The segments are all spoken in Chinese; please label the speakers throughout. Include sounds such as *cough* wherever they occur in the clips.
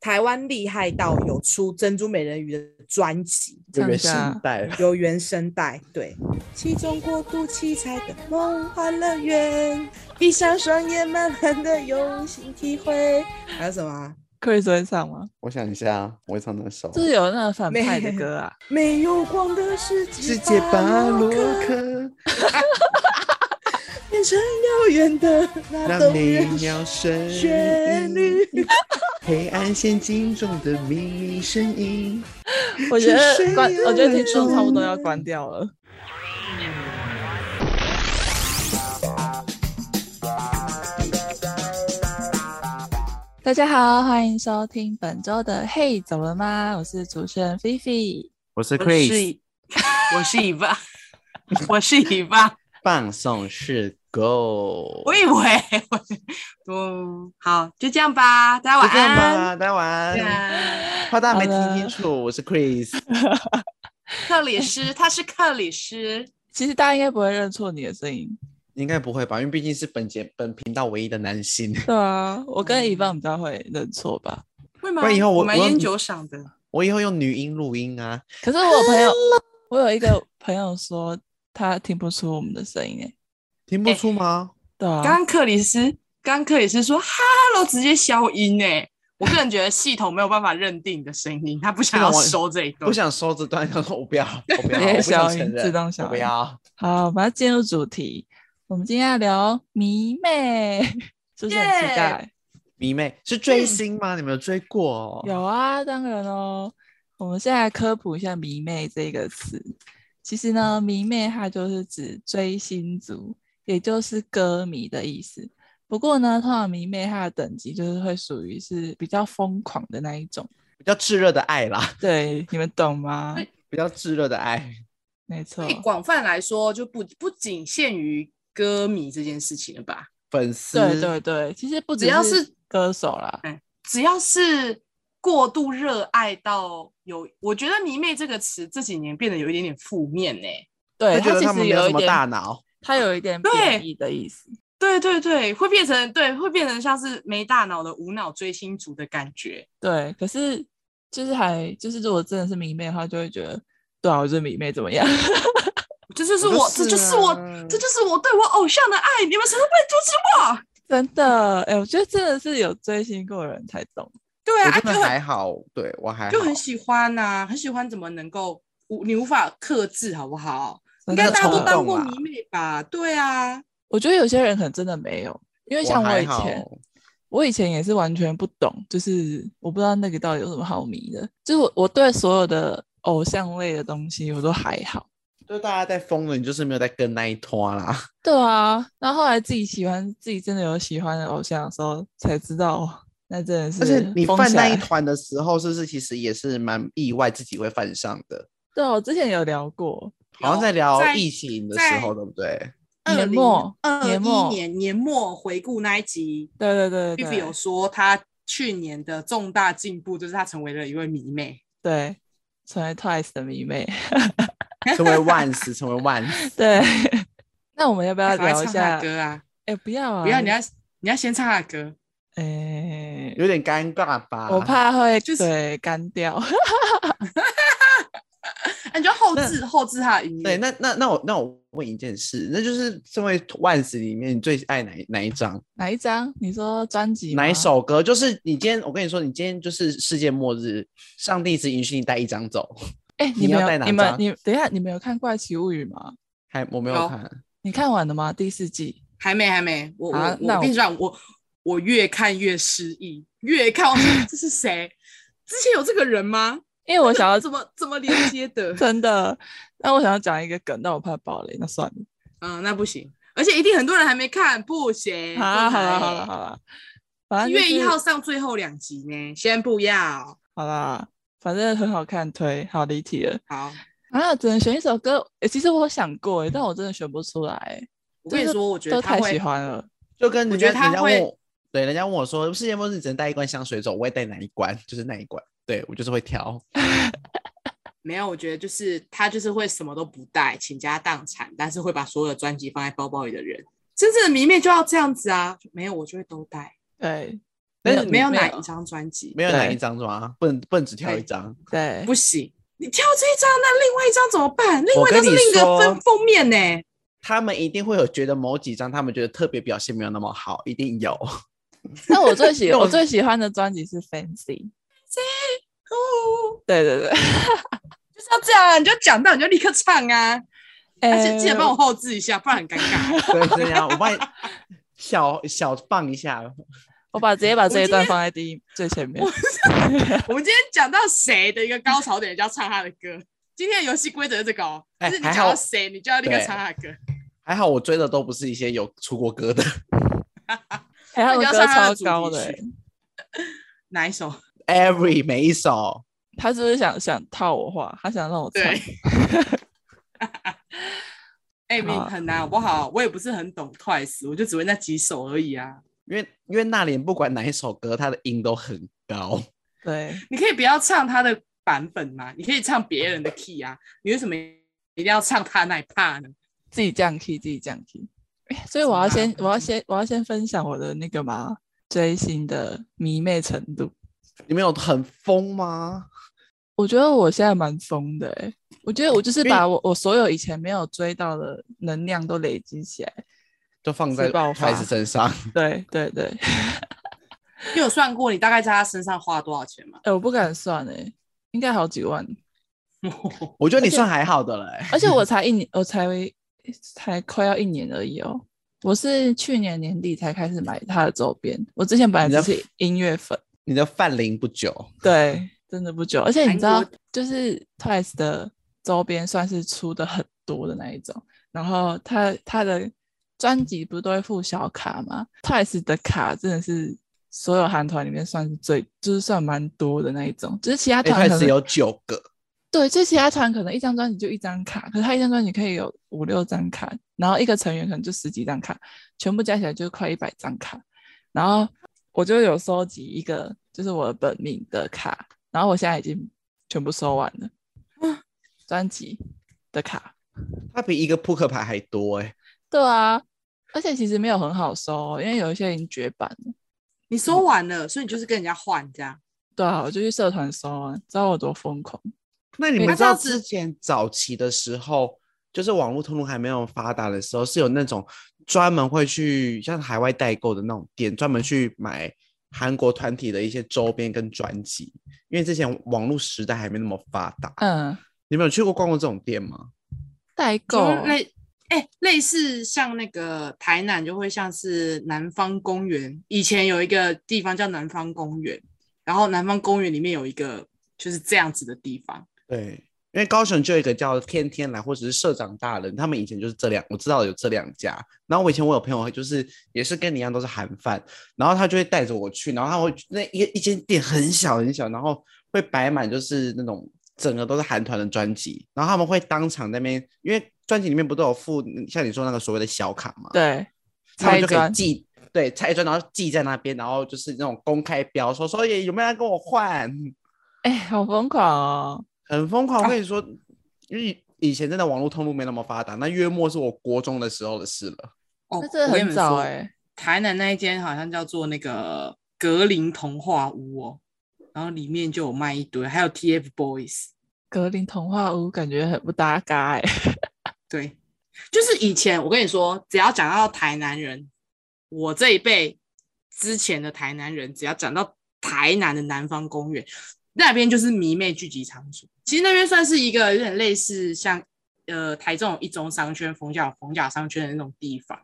Speaker 1: 台湾厉害到有出《珍珠美人鱼》的专辑，
Speaker 2: 有原
Speaker 3: 真的
Speaker 4: 啊
Speaker 2: 声带了，
Speaker 1: 有原声带。对，其中国度七彩的梦幻乐园，闭上双眼，满满的用心体会。还有什么啊？
Speaker 3: Chris 会唱吗？
Speaker 2: 我想一下，啊我会唱哪首？
Speaker 3: 就是有那个反派的歌 *laughs* 啊，
Speaker 1: 没有光的世界，
Speaker 2: 世界巴洛
Speaker 1: 克
Speaker 2: 克，
Speaker 1: 变成遥远的那
Speaker 2: 那
Speaker 1: 动
Speaker 2: 美
Speaker 1: 人
Speaker 2: 妙声
Speaker 1: 旋律。
Speaker 2: *laughs* 黑暗陷阱中的秘密声音。
Speaker 3: 我觉
Speaker 2: 是
Speaker 3: 得
Speaker 2: 谁
Speaker 3: 关，我觉得听
Speaker 2: 让
Speaker 3: 众差不多要
Speaker 2: 我
Speaker 3: 关掉了。大家好，欢迎收听本周的《嘿，怎么了吗》？我是主持人菲菲。
Speaker 2: 我是
Speaker 4: 我是以，我是以
Speaker 2: *laughs*
Speaker 4: 巴，我是以巴。
Speaker 2: 放送是 Go。
Speaker 4: 我以为我是，嗯，好，就这样吧，大家
Speaker 2: 就
Speaker 4: 晚
Speaker 2: 这样
Speaker 4: 安。啊
Speaker 2: 吧，大家晚安。
Speaker 4: 安。
Speaker 2: 怕大家没
Speaker 3: 好
Speaker 2: 听
Speaker 3: 了
Speaker 2: 清楚，我是 Chris。
Speaker 4: 克里斯，他是克里斯，
Speaker 3: 其实大家应该不会认错你的声音，
Speaker 2: 应该不会吧？因为毕竟是本节本频道唯一的男性。
Speaker 3: 对啊，我跟以棒比较会认错吧。
Speaker 4: 会吗？
Speaker 2: 不然以后我
Speaker 4: 我蛮
Speaker 2: 我
Speaker 4: 烟酒嗓的，
Speaker 2: 我以后用女音录音啊，
Speaker 3: 可是我有朋友，我有一个朋友说他听不出我们的声音诶。
Speaker 2: 听
Speaker 4: 哎
Speaker 2: 不出吗？
Speaker 3: 对啊，
Speaker 4: 刚刚克里斯，刚刚克里斯说 “hello”，直接消音诶、我个人觉得系统没有办法认定你的声音，他不想要
Speaker 2: 不然我
Speaker 4: 收这一段
Speaker 2: 不。想收这段，想 *laughs* 说我不要，我不要，
Speaker 3: 直接
Speaker 2: 我不想
Speaker 3: 消音
Speaker 2: 承认，
Speaker 3: 自动消
Speaker 2: 我不
Speaker 3: 音
Speaker 2: 要。
Speaker 3: 好，我们要进入主题。我们今天要聊迷妹，是不是很期
Speaker 4: 耶
Speaker 3: 待？
Speaker 2: 迷妹是追星吗？你们有追过哦？
Speaker 3: 有啊，当然哦。我们现在来科普一下“迷妹”这个词。其实呢，“迷妹”它就是指追星族，也就是歌迷的意思。不过呢，通常迷妹它的等级就是会属于是比较疯狂的那一种。
Speaker 2: 比较炙热的爱啦， *laughs*
Speaker 3: 对，你们懂吗？
Speaker 2: 比较炙热的爱。
Speaker 3: 没错
Speaker 4: 所以，哎广泛来说，就不不仅限于歌迷这件事情了吧？
Speaker 2: 粉丝
Speaker 3: 对对对，其实不
Speaker 4: 只要
Speaker 3: 是
Speaker 4: 是
Speaker 3: 歌手啦，
Speaker 4: 只要是过度热爱到有，我觉得“迷妹”这个词这几年变得有一点点负面欸呢、
Speaker 3: 对
Speaker 2: 会觉得
Speaker 3: 其
Speaker 2: 他们
Speaker 3: 实
Speaker 2: 没有
Speaker 3: 有
Speaker 2: 什
Speaker 3: 一
Speaker 2: 么
Speaker 3: 点，
Speaker 2: 大脑，
Speaker 3: 它有一点
Speaker 4: 对
Speaker 3: 贬义的意思。
Speaker 4: 对对对，会变成对，会变成像是没大脑的无脑追星族的感觉。
Speaker 3: 对，可是就是还就是，如果真的是迷妹的话，就会觉得，对啊，我就是迷妹怎么样？ *laughs*
Speaker 4: 这就是
Speaker 2: 我
Speaker 4: 我，
Speaker 2: 就
Speaker 4: 这就是
Speaker 2: 是
Speaker 4: 我
Speaker 2: 啊，
Speaker 4: 这就是我对我偶像的爱。你们谁都不能阻止我。
Speaker 3: 真的，哎、我觉得真的是有追星过的人才懂。
Speaker 4: 对
Speaker 2: 我
Speaker 4: 啊，
Speaker 2: 真
Speaker 4: 啊就
Speaker 2: 的还好，对我还
Speaker 4: 很
Speaker 2: 好
Speaker 4: 就很喜欢呐、很喜欢，怎么能够无你无法克制，好不好？应
Speaker 3: 真
Speaker 4: 该
Speaker 3: 的
Speaker 4: 大家都
Speaker 2: 冲
Speaker 4: 当
Speaker 2: 动啊
Speaker 4: 过
Speaker 2: 啦
Speaker 4: 迷妹吧？对啊，
Speaker 3: 我觉得有些人可能真的没有，因为像
Speaker 2: 我
Speaker 3: 我
Speaker 2: 还
Speaker 3: 以
Speaker 2: 好
Speaker 3: 前，我以前也是完全不懂，就是我不知道那个到底有什么好迷的。就是我我对所有的偶像类的东西我都还好。
Speaker 2: 就大家在疯了，你就是没有在跟那一团啦。
Speaker 3: 对啊，然后后来自己喜欢自己真的有喜欢的偶像的时候，才知道哦那真的是
Speaker 2: 而且你
Speaker 3: 疯
Speaker 2: 犯
Speaker 3: 起
Speaker 2: 那一
Speaker 3: 来
Speaker 2: 团的时候，是不是其实也是蛮意外自己会犯上的？
Speaker 3: 对啊，我之前有聊过，
Speaker 2: 好像在聊
Speaker 4: 在
Speaker 2: 疫情的时
Speaker 4: 在
Speaker 2: 候，对不对？
Speaker 3: 年末
Speaker 4: 二
Speaker 3: 年末
Speaker 4: 一年年末回顾那一集
Speaker 3: 对对对
Speaker 4: ，Vivi 有
Speaker 3: 对
Speaker 4: 说他去年的重大进步就是他成为了一位迷妹。
Speaker 3: 对，成为 Twice 的迷妹。 *laughs*
Speaker 2: 成为万斯，成为万斯，
Speaker 3: 对， *laughs* 那我们要不要
Speaker 4: 赶快
Speaker 3: 聊一
Speaker 4: 唱他
Speaker 3: 下
Speaker 4: 的？歌啊！
Speaker 3: 哎，不要啊，
Speaker 4: 不要，你要你要先唱他的歌。
Speaker 3: 哎，
Speaker 2: 有点尴尬吧？
Speaker 3: 我怕会
Speaker 4: 啊就是
Speaker 3: 对干掉。 *laughs*
Speaker 4: 啊、你就后置后置他的音乐。
Speaker 2: 对，那那那我那我问一件事，那就是身为万斯里面，你最爱哪一哪一张
Speaker 3: 哪一张？你说专辑？
Speaker 2: 哪一？首歌？就是你今天，我跟你说，你今天就是世界末日，上帝只允许你带一张走。
Speaker 3: 哎，
Speaker 2: 你
Speaker 3: 你们
Speaker 2: 要带
Speaker 3: 有
Speaker 2: 哪
Speaker 3: 你们
Speaker 2: 张
Speaker 3: 你等一下，你们有看《怪奇物语》吗？
Speaker 2: 还我没有
Speaker 4: 有
Speaker 2: 看，
Speaker 3: 你看完了吗？第四季？
Speaker 4: 还没还没，我我、
Speaker 3: 啊那
Speaker 4: 我跟你讲，我我越看越失忆，越看我想这是谁？之前有这个人吗？
Speaker 3: 因为我想
Speaker 4: *laughs*
Speaker 3: 要
Speaker 4: 怎么怎么连接的？
Speaker 3: *laughs* 真的，但我想要讲一个梗，但我怕爆雷，那算了。
Speaker 4: 嗯，那不行，而且一定很多人还没看，不行。
Speaker 3: 好啦，
Speaker 4: 哎不
Speaker 3: 好
Speaker 4: 能
Speaker 3: 啦，好啦，好啦，反
Speaker 4: 一
Speaker 3: 正
Speaker 4: 月
Speaker 3: 就
Speaker 4: 一
Speaker 3: 是
Speaker 4: 号上最后两集呢，先不要。
Speaker 3: 好啦，反正很好看，推好离题了
Speaker 4: 好，
Speaker 3: 啊！只能选一首歌，诶其实我有想过、欸诶但我真的选不出来、诶
Speaker 4: 我跟你
Speaker 3: 就是
Speaker 4: 说，我觉
Speaker 3: 都
Speaker 4: 得他
Speaker 3: 太
Speaker 4: 会，
Speaker 3: 喜欢了。
Speaker 2: 就跟
Speaker 4: 我
Speaker 2: 人
Speaker 4: 觉
Speaker 2: 家
Speaker 4: 得他
Speaker 2: 人家问
Speaker 4: 会
Speaker 2: 我，对，人家问我说世界末日只能带一罐香水走，我会带哪一罐？就是那一罐。对我就是会挑，
Speaker 4: 没有，我觉得就是他就是会什么都不带，倾家荡产，但是会把所有的专辑放在包包里的人。真正的迷妹就要这样子啊，没有我就会都带。
Speaker 3: 对，
Speaker 2: 但
Speaker 3: 没
Speaker 2: 是
Speaker 3: 有
Speaker 2: 你
Speaker 4: 没有哪
Speaker 3: 没有
Speaker 4: 一张专辑，
Speaker 2: 没有哪
Speaker 3: 对
Speaker 2: 一张是吗？不能不能只挑一
Speaker 4: 对
Speaker 2: 张。
Speaker 3: 对，
Speaker 4: 不行，你挑这一张，那另外一张怎么办？另外一张是
Speaker 2: 跟你
Speaker 4: 另一个
Speaker 2: 说
Speaker 4: 封封面呢、
Speaker 2: 他们一定会有觉得某几张他们觉得特别表现没有那么好，一
Speaker 4: *laughs*
Speaker 2: 定有。
Speaker 3: 那我最喜
Speaker 2: 那
Speaker 3: 我
Speaker 2: 我
Speaker 3: 最喜欢的专辑是
Speaker 4: *laughs*
Speaker 3: Fancy，
Speaker 4: 哦，
Speaker 3: 对对
Speaker 4: *laughs*
Speaker 3: 对，
Speaker 4: 就是要这样啊，你就讲到你就立刻唱啊，而且记得
Speaker 3: 呃
Speaker 4: 帮我后置一下，不然很尴
Speaker 2: *laughs*
Speaker 4: 尬。
Speaker 2: 对，这样我帮你小小放一下，
Speaker 3: 我把直接把这一
Speaker 4: 今
Speaker 3: 段
Speaker 4: 天
Speaker 3: 放在第一最前面。
Speaker 4: 我们今天讲到谁的一个高潮点，就要唱他的歌。今天的游戏规则是这个哦，就
Speaker 2: 哎
Speaker 4: 是你
Speaker 2: 还
Speaker 4: 讲到
Speaker 2: 好
Speaker 4: 谁，你就要立刻
Speaker 2: 对
Speaker 4: 唱他的歌。
Speaker 2: 还好我追的都不是一些有出过歌的。 *laughs*
Speaker 3: 哎，他
Speaker 4: 那你
Speaker 3: 们
Speaker 4: 要
Speaker 3: 歌
Speaker 4: 唱他
Speaker 3: 超
Speaker 4: 的主
Speaker 3: 高
Speaker 4: 题
Speaker 3: 的欸、
Speaker 4: 曲哪一首？
Speaker 2: *laughs* Every 每一首，
Speaker 3: 他是不是想想套我话？他想让我唱
Speaker 4: 对。哎、你
Speaker 3: 好
Speaker 4: 很难好不好？我也不是很懂 Twice，我就只会那几首而已啊。
Speaker 2: 因为因为那年不管哪一首歌，它的音都很高。
Speaker 3: 对，
Speaker 4: 你可以不要唱他的版本吗？你可以唱别人的 key 啊，你为什么一定要唱他那一 part 呢？
Speaker 3: 自己降 key，自己降 key。哎所以我要
Speaker 4: 怎么
Speaker 3: 先
Speaker 4: 样，
Speaker 3: 我要先，我要先分享我的那个嘛追星的迷妹程度。
Speaker 2: 你们有很疯吗？
Speaker 3: 我觉得我现在蛮疯的哎、我觉得我就是
Speaker 2: 因为
Speaker 3: 把我我所有以前没有追到的能量都累积起来。
Speaker 2: 就放在
Speaker 3: 自爆发
Speaker 2: Twice 身上，
Speaker 3: 对对对，
Speaker 4: 你有算过你大概在他身上花了多少
Speaker 2: *laughs*
Speaker 4: 钱吗？
Speaker 3: 哎、我不敢算哎、应该好几万。
Speaker 2: 我觉得你算还好的了、欸。
Speaker 3: 而且我才一年，我才才快要一年而已哦。我是去年年底才开始买他的周边，我之前本来
Speaker 2: 你
Speaker 3: 只
Speaker 2: 的
Speaker 3: 是音乐粉，
Speaker 2: 你的范龄不久，
Speaker 3: 对，真的不久。而且你
Speaker 4: 韩
Speaker 3: 知道
Speaker 4: 国，
Speaker 3: 就是 Twice 的周边算是出的很多的那一种，然后他他的专辑不都会附小卡吗？Twice 的卡真的是所有韩团里面算是最，就是算蛮多的那一种，就是其他
Speaker 2: 一
Speaker 3: 团
Speaker 2: 开
Speaker 3: 可
Speaker 2: 始
Speaker 3: 能
Speaker 2: 有九个，
Speaker 3: 对，就其他团可能一张专辑就一张卡，可是他一张专辑可以有五六张卡，然后一个成员可能就十几张卡，全部加起来就快一百张卡。然后我就有收集一个，就是我的本命的卡，然后我现在已经全部收完了，啊专辑的卡。
Speaker 2: 它比一个扑克牌还多哎、
Speaker 3: 对啊，而且其实没有很好收哦，因为有一些已经绝版了。
Speaker 4: 你说完了，所以你就是跟人家换这样。
Speaker 3: 对啊，我就去社团收啊，知道我多疯狂。
Speaker 2: 那你
Speaker 3: 对
Speaker 2: 们
Speaker 4: 那这样
Speaker 2: 知道
Speaker 4: 子
Speaker 2: 之前早期的时候，就是网络通路还没有发达的时候，是有那种专门会去像海外代购的那种店，专门去买韩国团体的一些周边跟专辑。因为之前网络时代还没那么发达，
Speaker 3: 嗯，
Speaker 2: 你们有去过逛过这种店吗？
Speaker 3: 代购
Speaker 4: 就类哎、类似像那个台南就会像是南方公园，以前有一个地方叫南方公园，然后南方公园里面有一个就是这样子的地方。
Speaker 2: 对，因为高雄就有一个叫天天来，或者是社长大人，他们以前就是这两，我知道有这两家。然后我以前我有朋友，就是也是跟你一样都是韩饭，然后他就会带着我去，然后他会那一一间店很小很小，然后会摆满就是那种整个都是韩团的专辑，然后他们会当场在那边，因为专辑里面不都有附像你说那个所谓的小卡嘛，
Speaker 3: 对，
Speaker 2: 他们
Speaker 3: 拆
Speaker 2: 就可
Speaker 3: 专
Speaker 2: 以寄。对，拆专，然后寄在那边，然后就是那种公开标，说说耶，有没有人跟我换？
Speaker 3: 哎、好疯狂哦。
Speaker 2: 很疯狂。
Speaker 4: 啊
Speaker 2: 我跟你说，因为以前真的网络通路没那么发达，那月末是我国中的时候的事了。
Speaker 4: 哦
Speaker 3: 那真的很早哎、
Speaker 4: 台南那一间好像叫做那个格林童话屋哦，然后里面就有卖一堆，还有 TFBOYS。
Speaker 3: 格林童话屋感觉很不搭嘎哎、
Speaker 4: 对，就是以前我跟你说，只要讲到台南人，我这一辈之前的台南人，只要讲到台南的南方公园那边，就是迷妹聚集场所。其实那边算是一个有点类似像呃台中有一中商圈、逢甲有逢甲商圈的那种地方，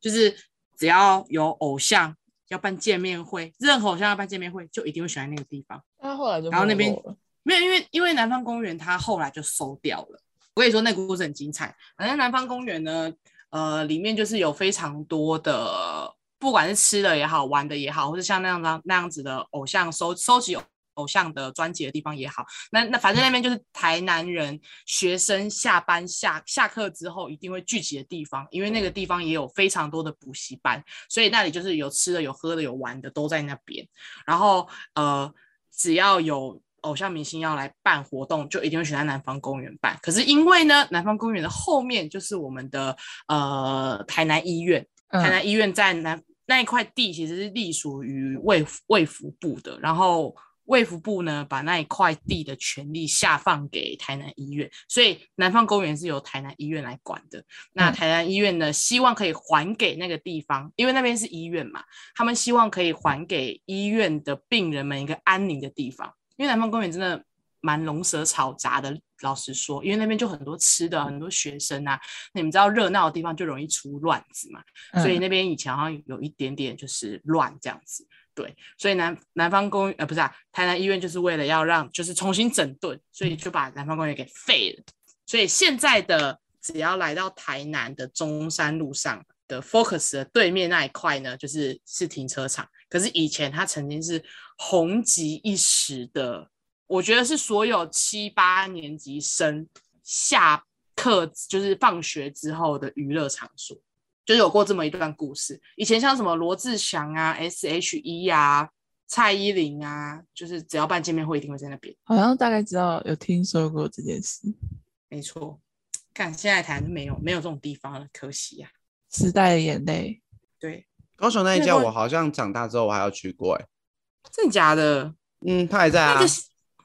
Speaker 4: 就是只要有偶像要办见面会，任何偶像要办见面会，就一定会选在那个地方。
Speaker 3: *laughs* 他后来就
Speaker 4: 然后那边
Speaker 3: 没落了
Speaker 4: 没有，因为因为南方公园它后来就收掉了。我跟你说，那个故事很精彩。反正南方公园呢，呃，里面就是有非常多的，不管是吃的也好，玩的也好，或者像那样的那样子的偶像收收集偶像的专辑的地方也好，那那反正那边就是台南人学生下班下下课之后一定会聚集的地方，因为那个地方也有非常多的补习班，所以那里就是有吃的、有喝的、有玩的都在那边。然后呃，只要有偶像明星要来办活动，就一定会选在南方公园办。可是因为呢，南方公园的后面就是我们的呃台南医院，台
Speaker 3: 嗯，
Speaker 4: 南医院在南那一块地其实是隶属于卫福卫福部的，然后卫福部呢把那一块地的权利下放给台南医院，所以南方公园是由台南医院来管的。那
Speaker 3: 嗯
Speaker 4: 台南医院呢，希望可以还给那个地方，因为那边是医院嘛，他们希望可以还给医院的病人们一个安宁的地方，因为南方公园真的蛮龙蛇吵杂的。老实说，因为那边就很多吃的，很多学生啊，你们知道热闹的地方就容易出乱子嘛，所以
Speaker 3: 嗯
Speaker 4: 那边以前好像有一点点就是乱这样子。对，所以南南方公呃不是啊，台南医院就是为了要让就是重新整顿，所以就把南方公园给废了。所以现在的只要来到台南的中山路上的 Focus 的对面那一块呢，就是是停车场。可是以前它曾经是红极一时的，我觉得是所有七八年级生下课就是放学之后的娱乐场所。就是有过这么一段故事。以前像什么罗志祥啊、S.H.E 啊、蔡依林啊，就是只要办见面会，一定会在那边。
Speaker 3: 好像大概知道有听说过这件事，
Speaker 4: 没错，看现在台南没有没有这种地方了，可惜呀、
Speaker 3: 时代的眼泪。
Speaker 4: 对，
Speaker 2: 高雄那一
Speaker 4: 那
Speaker 2: 家
Speaker 4: 个
Speaker 2: 我好像长大之后我还要去过、欸，
Speaker 4: 真的假的？
Speaker 2: 嗯，他还在
Speaker 4: 那
Speaker 2: 啊
Speaker 4: 个。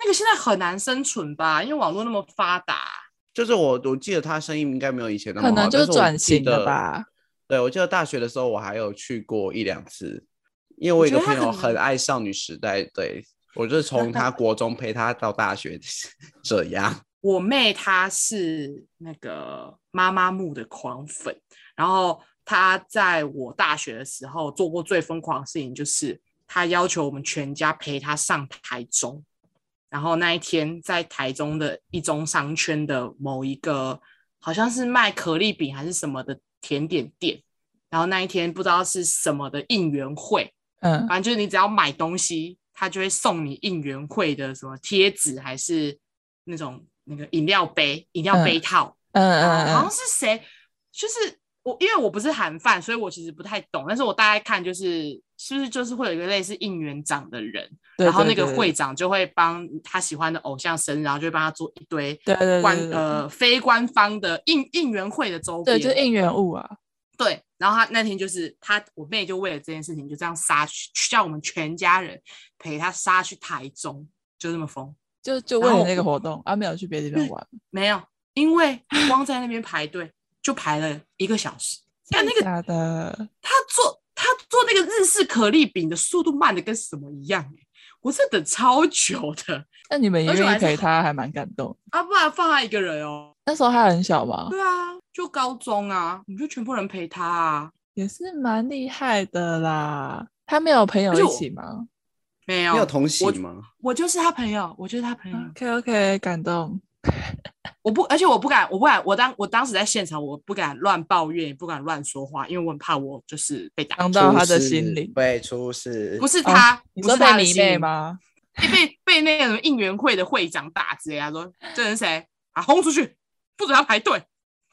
Speaker 4: 那个现在很难生存吧？因为网络那么发达，
Speaker 2: 就是我，我记得他生意应该没有以前那么
Speaker 3: 可
Speaker 2: 好，
Speaker 3: 能就
Speaker 2: 但
Speaker 3: 是
Speaker 2: 是我
Speaker 3: 转
Speaker 2: 记
Speaker 3: 型了
Speaker 2: 得
Speaker 3: 吧。
Speaker 2: 对，我记得大学的时候我还有去过一两次，因为我有一个
Speaker 4: 我觉
Speaker 2: 朋
Speaker 4: 得他
Speaker 2: 友
Speaker 4: 可能
Speaker 2: 很爱少女时代，对我就是从他国中陪他到大学 *laughs* 这样。
Speaker 4: 我妹她是那个妈妈木的狂粉，然后她在我大学的时候做过最疯狂的事情，就是她要求我们全家陪她上台中，然后那一天在台中的一中商圈的某一个好像是卖可丽饼还是什么的甜点店，然后那一天不知道是什么的应援会，
Speaker 3: *laughs* 嗯，
Speaker 4: 反正就是你只要买东西，他就会送你应援会的什么贴纸，还是那种那个饮料杯、饮料杯套。
Speaker 3: 嗯
Speaker 4: 啊然后好像
Speaker 3: 嗯嗯，
Speaker 4: 是谁，就是我，因为我不是韩饭，所以我其实不太懂，但是我大概看就是是不是就是会有一个类似应援长的人，
Speaker 3: 对
Speaker 4: 然后那
Speaker 3: 对
Speaker 4: 个
Speaker 3: 对
Speaker 4: 会长就会帮他喜欢的偶像生日，然后就会帮他做一堆
Speaker 3: 对对对
Speaker 4: 官
Speaker 3: 对对
Speaker 4: 呃非官方的应应援会的周边，
Speaker 3: 对，就是应援物啊，
Speaker 4: 对，然后他那天就是他，我妹就为了这件事情就这样杀去，叫我们全家人陪她杀去台中，就这么疯。
Speaker 3: 就就为
Speaker 4: 然
Speaker 3: 了
Speaker 4: 后嗯
Speaker 3: 那个活动啊，没有去别的地方玩。
Speaker 4: 没有，因为光在那边排队就排了一个小时。但那
Speaker 3: 真的
Speaker 4: 个
Speaker 3: 假的，
Speaker 4: 他做他做那个日式可丽饼的速度慢的跟什么一样、欸，我这等超久的
Speaker 3: 那你们也
Speaker 4: 而且我
Speaker 3: 愿
Speaker 4: 还
Speaker 3: 意
Speaker 4: 是
Speaker 3: 陪他，还蛮感动。
Speaker 4: 啊，不然放他一个人哦。
Speaker 3: 那时候他很小嘛，
Speaker 4: 对啊，就高中啊，你就全部人陪他啊。
Speaker 3: 也是蛮厉害的啦。他没有朋友
Speaker 4: 而且
Speaker 3: 一
Speaker 4: 我
Speaker 3: 起吗
Speaker 4: 没有，
Speaker 2: 你有同
Speaker 4: 我
Speaker 2: 行吗？
Speaker 4: 我就是他朋友，我就是他朋友。
Speaker 3: ？OK OK，感动。
Speaker 4: 我不，而且我不敢，我不敢，我当我当时在现场，我不敢乱抱怨，也不敢乱说话，因为我很怕我就是被打。
Speaker 3: 伤到
Speaker 2: 出
Speaker 3: 他的
Speaker 2: 事
Speaker 3: 心灵
Speaker 2: 对，出事
Speaker 4: 不是
Speaker 3: 哦
Speaker 4: 他，
Speaker 3: 你
Speaker 4: 不
Speaker 3: 说
Speaker 4: 是
Speaker 3: 被
Speaker 4: 他的
Speaker 3: 迷
Speaker 4: 心
Speaker 3: 妹
Speaker 4: 灵？
Speaker 3: 吗？
Speaker 4: *laughs* 被被被那个什么应援会的会长打之类，他说这人谁啊？轰出去，不准他排队，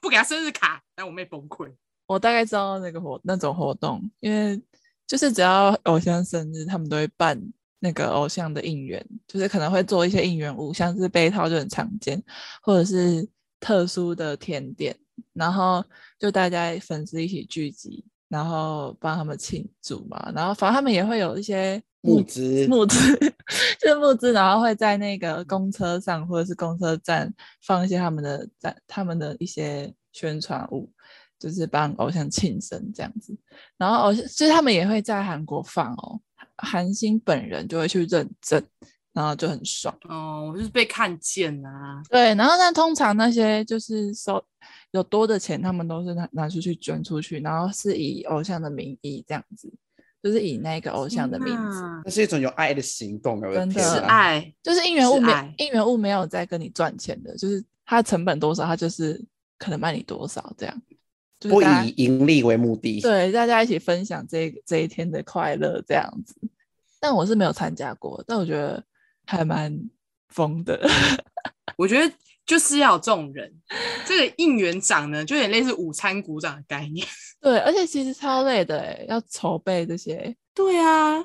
Speaker 4: 不给他生日卡，让我妹崩溃。
Speaker 3: 我大概知道那个活那种活动，因为就是只要偶像生日，他们都会办那个偶像的应援，就是可能会做一些应援物，像是杯套就很常见，或者是特殊的甜点，然后就大家粉丝一起聚集，然后帮他们庆祝嘛，然后反正他们也会有一些
Speaker 2: 募资
Speaker 3: 募资 *laughs* 就是募资，然后会在那个公车上或者是公车站放一些他们的站他们的一些宣传物，就是帮偶像庆生这样子。然后偶像就是他们也会在韩国放哦，韩星本人就会去认证，然后就很爽。
Speaker 4: 哦，我就是被看见啊。
Speaker 3: 对，然后但通常那些就是收有多的钱，他们都是拿拿出去捐出去，然后是以偶像的名义这样子，就是以那个偶像的名字。
Speaker 2: 那是一种有爱的行动，哎我的
Speaker 3: 真的
Speaker 2: 天
Speaker 4: 是
Speaker 2: 啊
Speaker 4: 爱，
Speaker 3: 就是应援
Speaker 4: 是
Speaker 3: 物没
Speaker 4: 爱
Speaker 3: 应援物没有在跟你赚钱的，就是它成本多少，它就是可能卖你多少这样，就是
Speaker 2: 不
Speaker 3: 大
Speaker 2: 以
Speaker 3: 家
Speaker 2: 盈利为目的。
Speaker 3: 对大家一起分享这一这一天的快乐这样子。但我是没有参加过，但我觉得还蛮疯的。 *laughs*
Speaker 4: 我觉得就是要有这种人。这个应援长呢，就有点类似午餐鼓掌的概念。 *laughs*
Speaker 3: 对，而且其实超累的欸，要筹备这些，
Speaker 4: 对啊，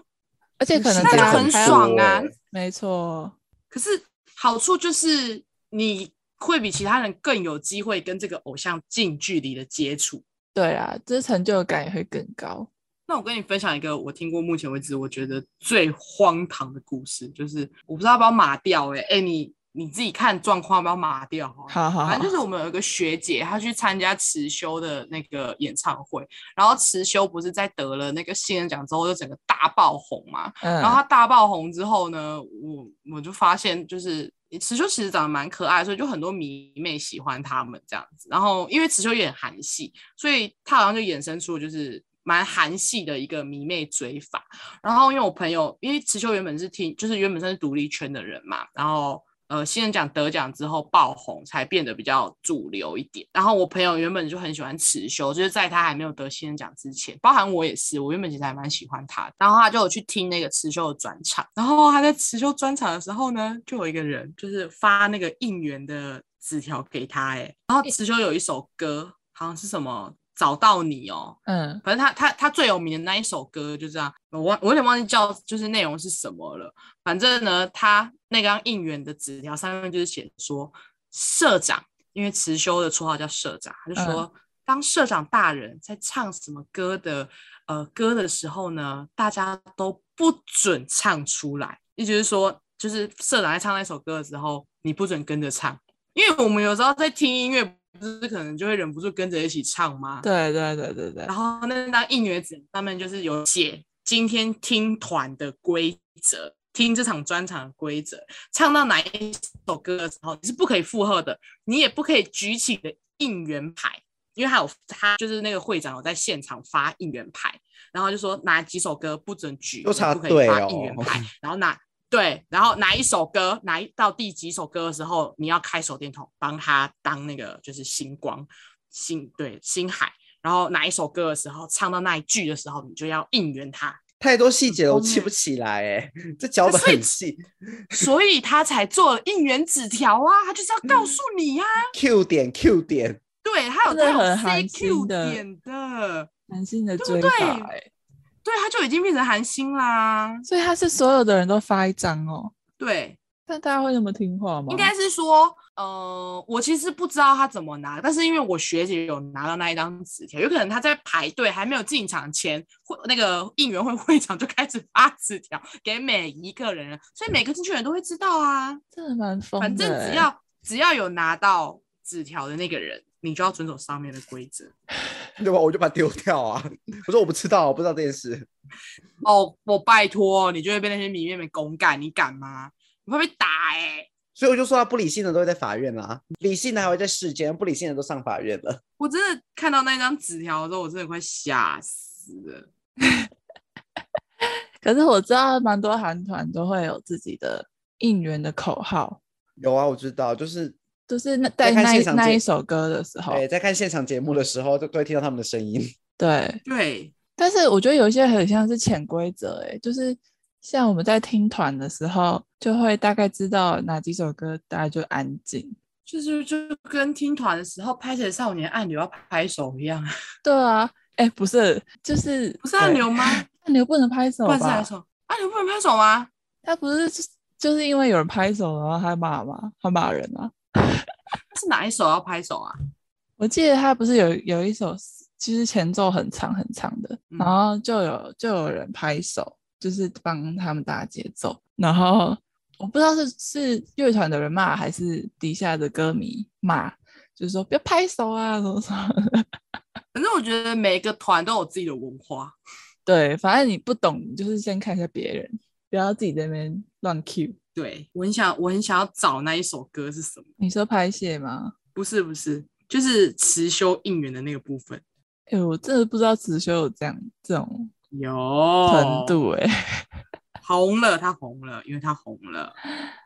Speaker 3: 而且可能
Speaker 4: 那
Speaker 3: 大
Speaker 4: 就
Speaker 3: 家
Speaker 4: 很
Speaker 3: 还要
Speaker 4: 爽啊
Speaker 2: 哎
Speaker 3: 没错，
Speaker 4: 可是好处就是你会比其他人更有机会跟这个偶像近距离的接触。
Speaker 3: 对啊，就是成就感也会更高。
Speaker 4: 那那我跟你分享一个我听过目前为止我觉得最荒唐的故事，就是我不知道要不要码掉哎、欸、哎、你你自己看状况要不要码掉好了
Speaker 3: 好好
Speaker 4: 反
Speaker 3: 好
Speaker 4: 正，就是我们有一个学姐，她去参加辞修的那个演唱会，然后辞修不是在得了那个新人奖之后就整个大爆红嘛，然后
Speaker 3: 嗯
Speaker 4: 她大爆红之后呢，我我就发现就是。池修其实长得蛮可爱，所以就很多迷妹喜欢他们这样子。然后因为池修有点韩系，所以他好像就衍生出就是蛮韩系的一个迷妹追法。然后因为我朋友，因为池修原本是听，就是原本算是独立圈的人嘛，然后呃新人奖得奖之后爆红，才变得比较主流一点。然后我朋友原本就很喜欢池修，就是在他还没有得新人奖之前，包含我也是，我原本其实还蛮喜欢他的。然后他就有去听那个池修的专场，然后他在池修专场的时候呢，就有一个人就是发那个应援的纸条给他、欸，哎，然后池修有一首歌，好像是什么。找到你哦，
Speaker 3: 嗯
Speaker 4: 反正他他他最有名的那一首歌就这样，我忘我有点忘记叫就是内容是什么了。反正呢，他那张应援的纸条上面就是写说社长，因为辞修的绰号叫社长，他就说、当社长大人在唱什么歌的呃歌的时候呢，大家都不准唱出来，也就是说，就是社长在唱那首歌的时候，你不准跟着唱，因为我们有时候在听音乐。不是可能就会忍不住跟着一起唱吗？
Speaker 3: 对对对对对
Speaker 4: 然，后那张应援纸上面就是有写今天听团的规则，听这场专场的规则，唱到哪一首歌的时候你是不可以附和的，你也不可以举起你的应援牌，因为还有他就是那个会长有在现场发应援牌，然后就说哪几首歌不准举，
Speaker 2: 又插
Speaker 4: 你不可
Speaker 2: 队
Speaker 4: 以发
Speaker 2: 哦
Speaker 4: 应
Speaker 2: *laughs*
Speaker 4: 援牌，然后哪。对，然后哪一首歌，哪一到第几首歌的时候，你要开手电筒帮他当那个就是星光星对星海，然后哪一首歌的时候，唱到那一句的时候，你就要应援他，
Speaker 2: 太多细节了，我
Speaker 4: 疯
Speaker 2: 记
Speaker 4: 了
Speaker 2: 不起来哎、这脚本
Speaker 4: 所以
Speaker 2: 很细
Speaker 4: 所以他才做了应援纸条啊，他就是要
Speaker 2: 嗯
Speaker 4: 告诉你呀、啊，
Speaker 2: ，Q 点 Q 点，
Speaker 4: 对，他有
Speaker 3: 真
Speaker 4: 他
Speaker 3: 的
Speaker 4: 有
Speaker 3: 很寒心
Speaker 4: CQ
Speaker 3: 的
Speaker 4: 点的，
Speaker 3: 男性的
Speaker 4: 对不
Speaker 3: 追
Speaker 4: 对
Speaker 3: 法哎、
Speaker 4: 欸对，他就已经变成韩星啦，
Speaker 3: 所以他是所有的人都发一张哦，
Speaker 4: 对，
Speaker 3: 但大家会那么听话吗？
Speaker 4: 应该是说，呃，我其实不知道他怎么拿，但是因为我学姐有拿到那一张纸条，有可能他在排队还没有进场前，会那个应援会会长就开始发纸条给每一个人了，所以每个进去的人都会知道啊。
Speaker 3: 真的蛮疯的、欸
Speaker 4: 反正只要只要有拿到纸条的那个人，你就要遵守上面的规则。
Speaker 2: 对吧？我就把它丢掉啊！ *laughs* 我说我不知道，我不知道这件事。
Speaker 4: 哦，我拜托，你就会被那些迷妹们公干，你敢吗？你会被打哎、
Speaker 2: 所以我就说他不理性的都会在法院啦，理性的还会在世间，不理性的都上法院了。
Speaker 4: 我真的看到那张纸条的时候，我真的快吓死了。
Speaker 3: 可是我知道蛮多韩团都会有自己的应援的口号，
Speaker 2: 有啊，我知道，就是
Speaker 3: 就是那
Speaker 2: 在
Speaker 3: 在
Speaker 2: 看
Speaker 3: 那
Speaker 2: 现
Speaker 3: 一
Speaker 2: 场
Speaker 3: 那
Speaker 2: 见
Speaker 3: 一首歌的时候，
Speaker 2: 对，在看现场节目的时候，就都会听到他们的声音。
Speaker 3: 对。
Speaker 4: 对，
Speaker 3: 但是我觉得有一些很像是潜规则，哎，就是像我们在听团的时候，就会大概知道哪几首歌，大家就安静。
Speaker 4: 就是就跟听团的时候拍摄少年按钮要拍手一样，
Speaker 3: 对啊，哎，不是，就是
Speaker 4: 不是按钮
Speaker 3: 对
Speaker 4: 吗？
Speaker 3: 按钮不能拍手
Speaker 4: 不然是
Speaker 3: 吧
Speaker 4: 拍？手，按钮不能拍手吗？
Speaker 3: 他不是就是就是因为有人拍手，然后他骂嘛，他骂人啊。
Speaker 4: 是哪一首要拍手啊？
Speaker 3: 我记得他不是有有一首，就是前奏很长很长的，
Speaker 4: 嗯
Speaker 3: 然后就有就有人拍手，就是帮他们打节奏。然后我不知道是是乐团的人骂，还是底下的歌迷骂，就是说不要拍手啊，什么什么的。 *laughs*
Speaker 4: 反正我觉得每个团都有自己的文化。
Speaker 3: 对，反正你不懂，你就是先看一下别人，不要自己在那边乱 Q。
Speaker 4: 对，我很想，我很想要找那一首歌是什么。
Speaker 3: 你说拍戏吗？
Speaker 4: 不是不是，就是辞修应援的那个部分
Speaker 3: 哎、我真的不知道子修有这样这种
Speaker 4: 有哦
Speaker 3: 程度 *laughs* 哎、
Speaker 4: 红了，他红了，因为他红了。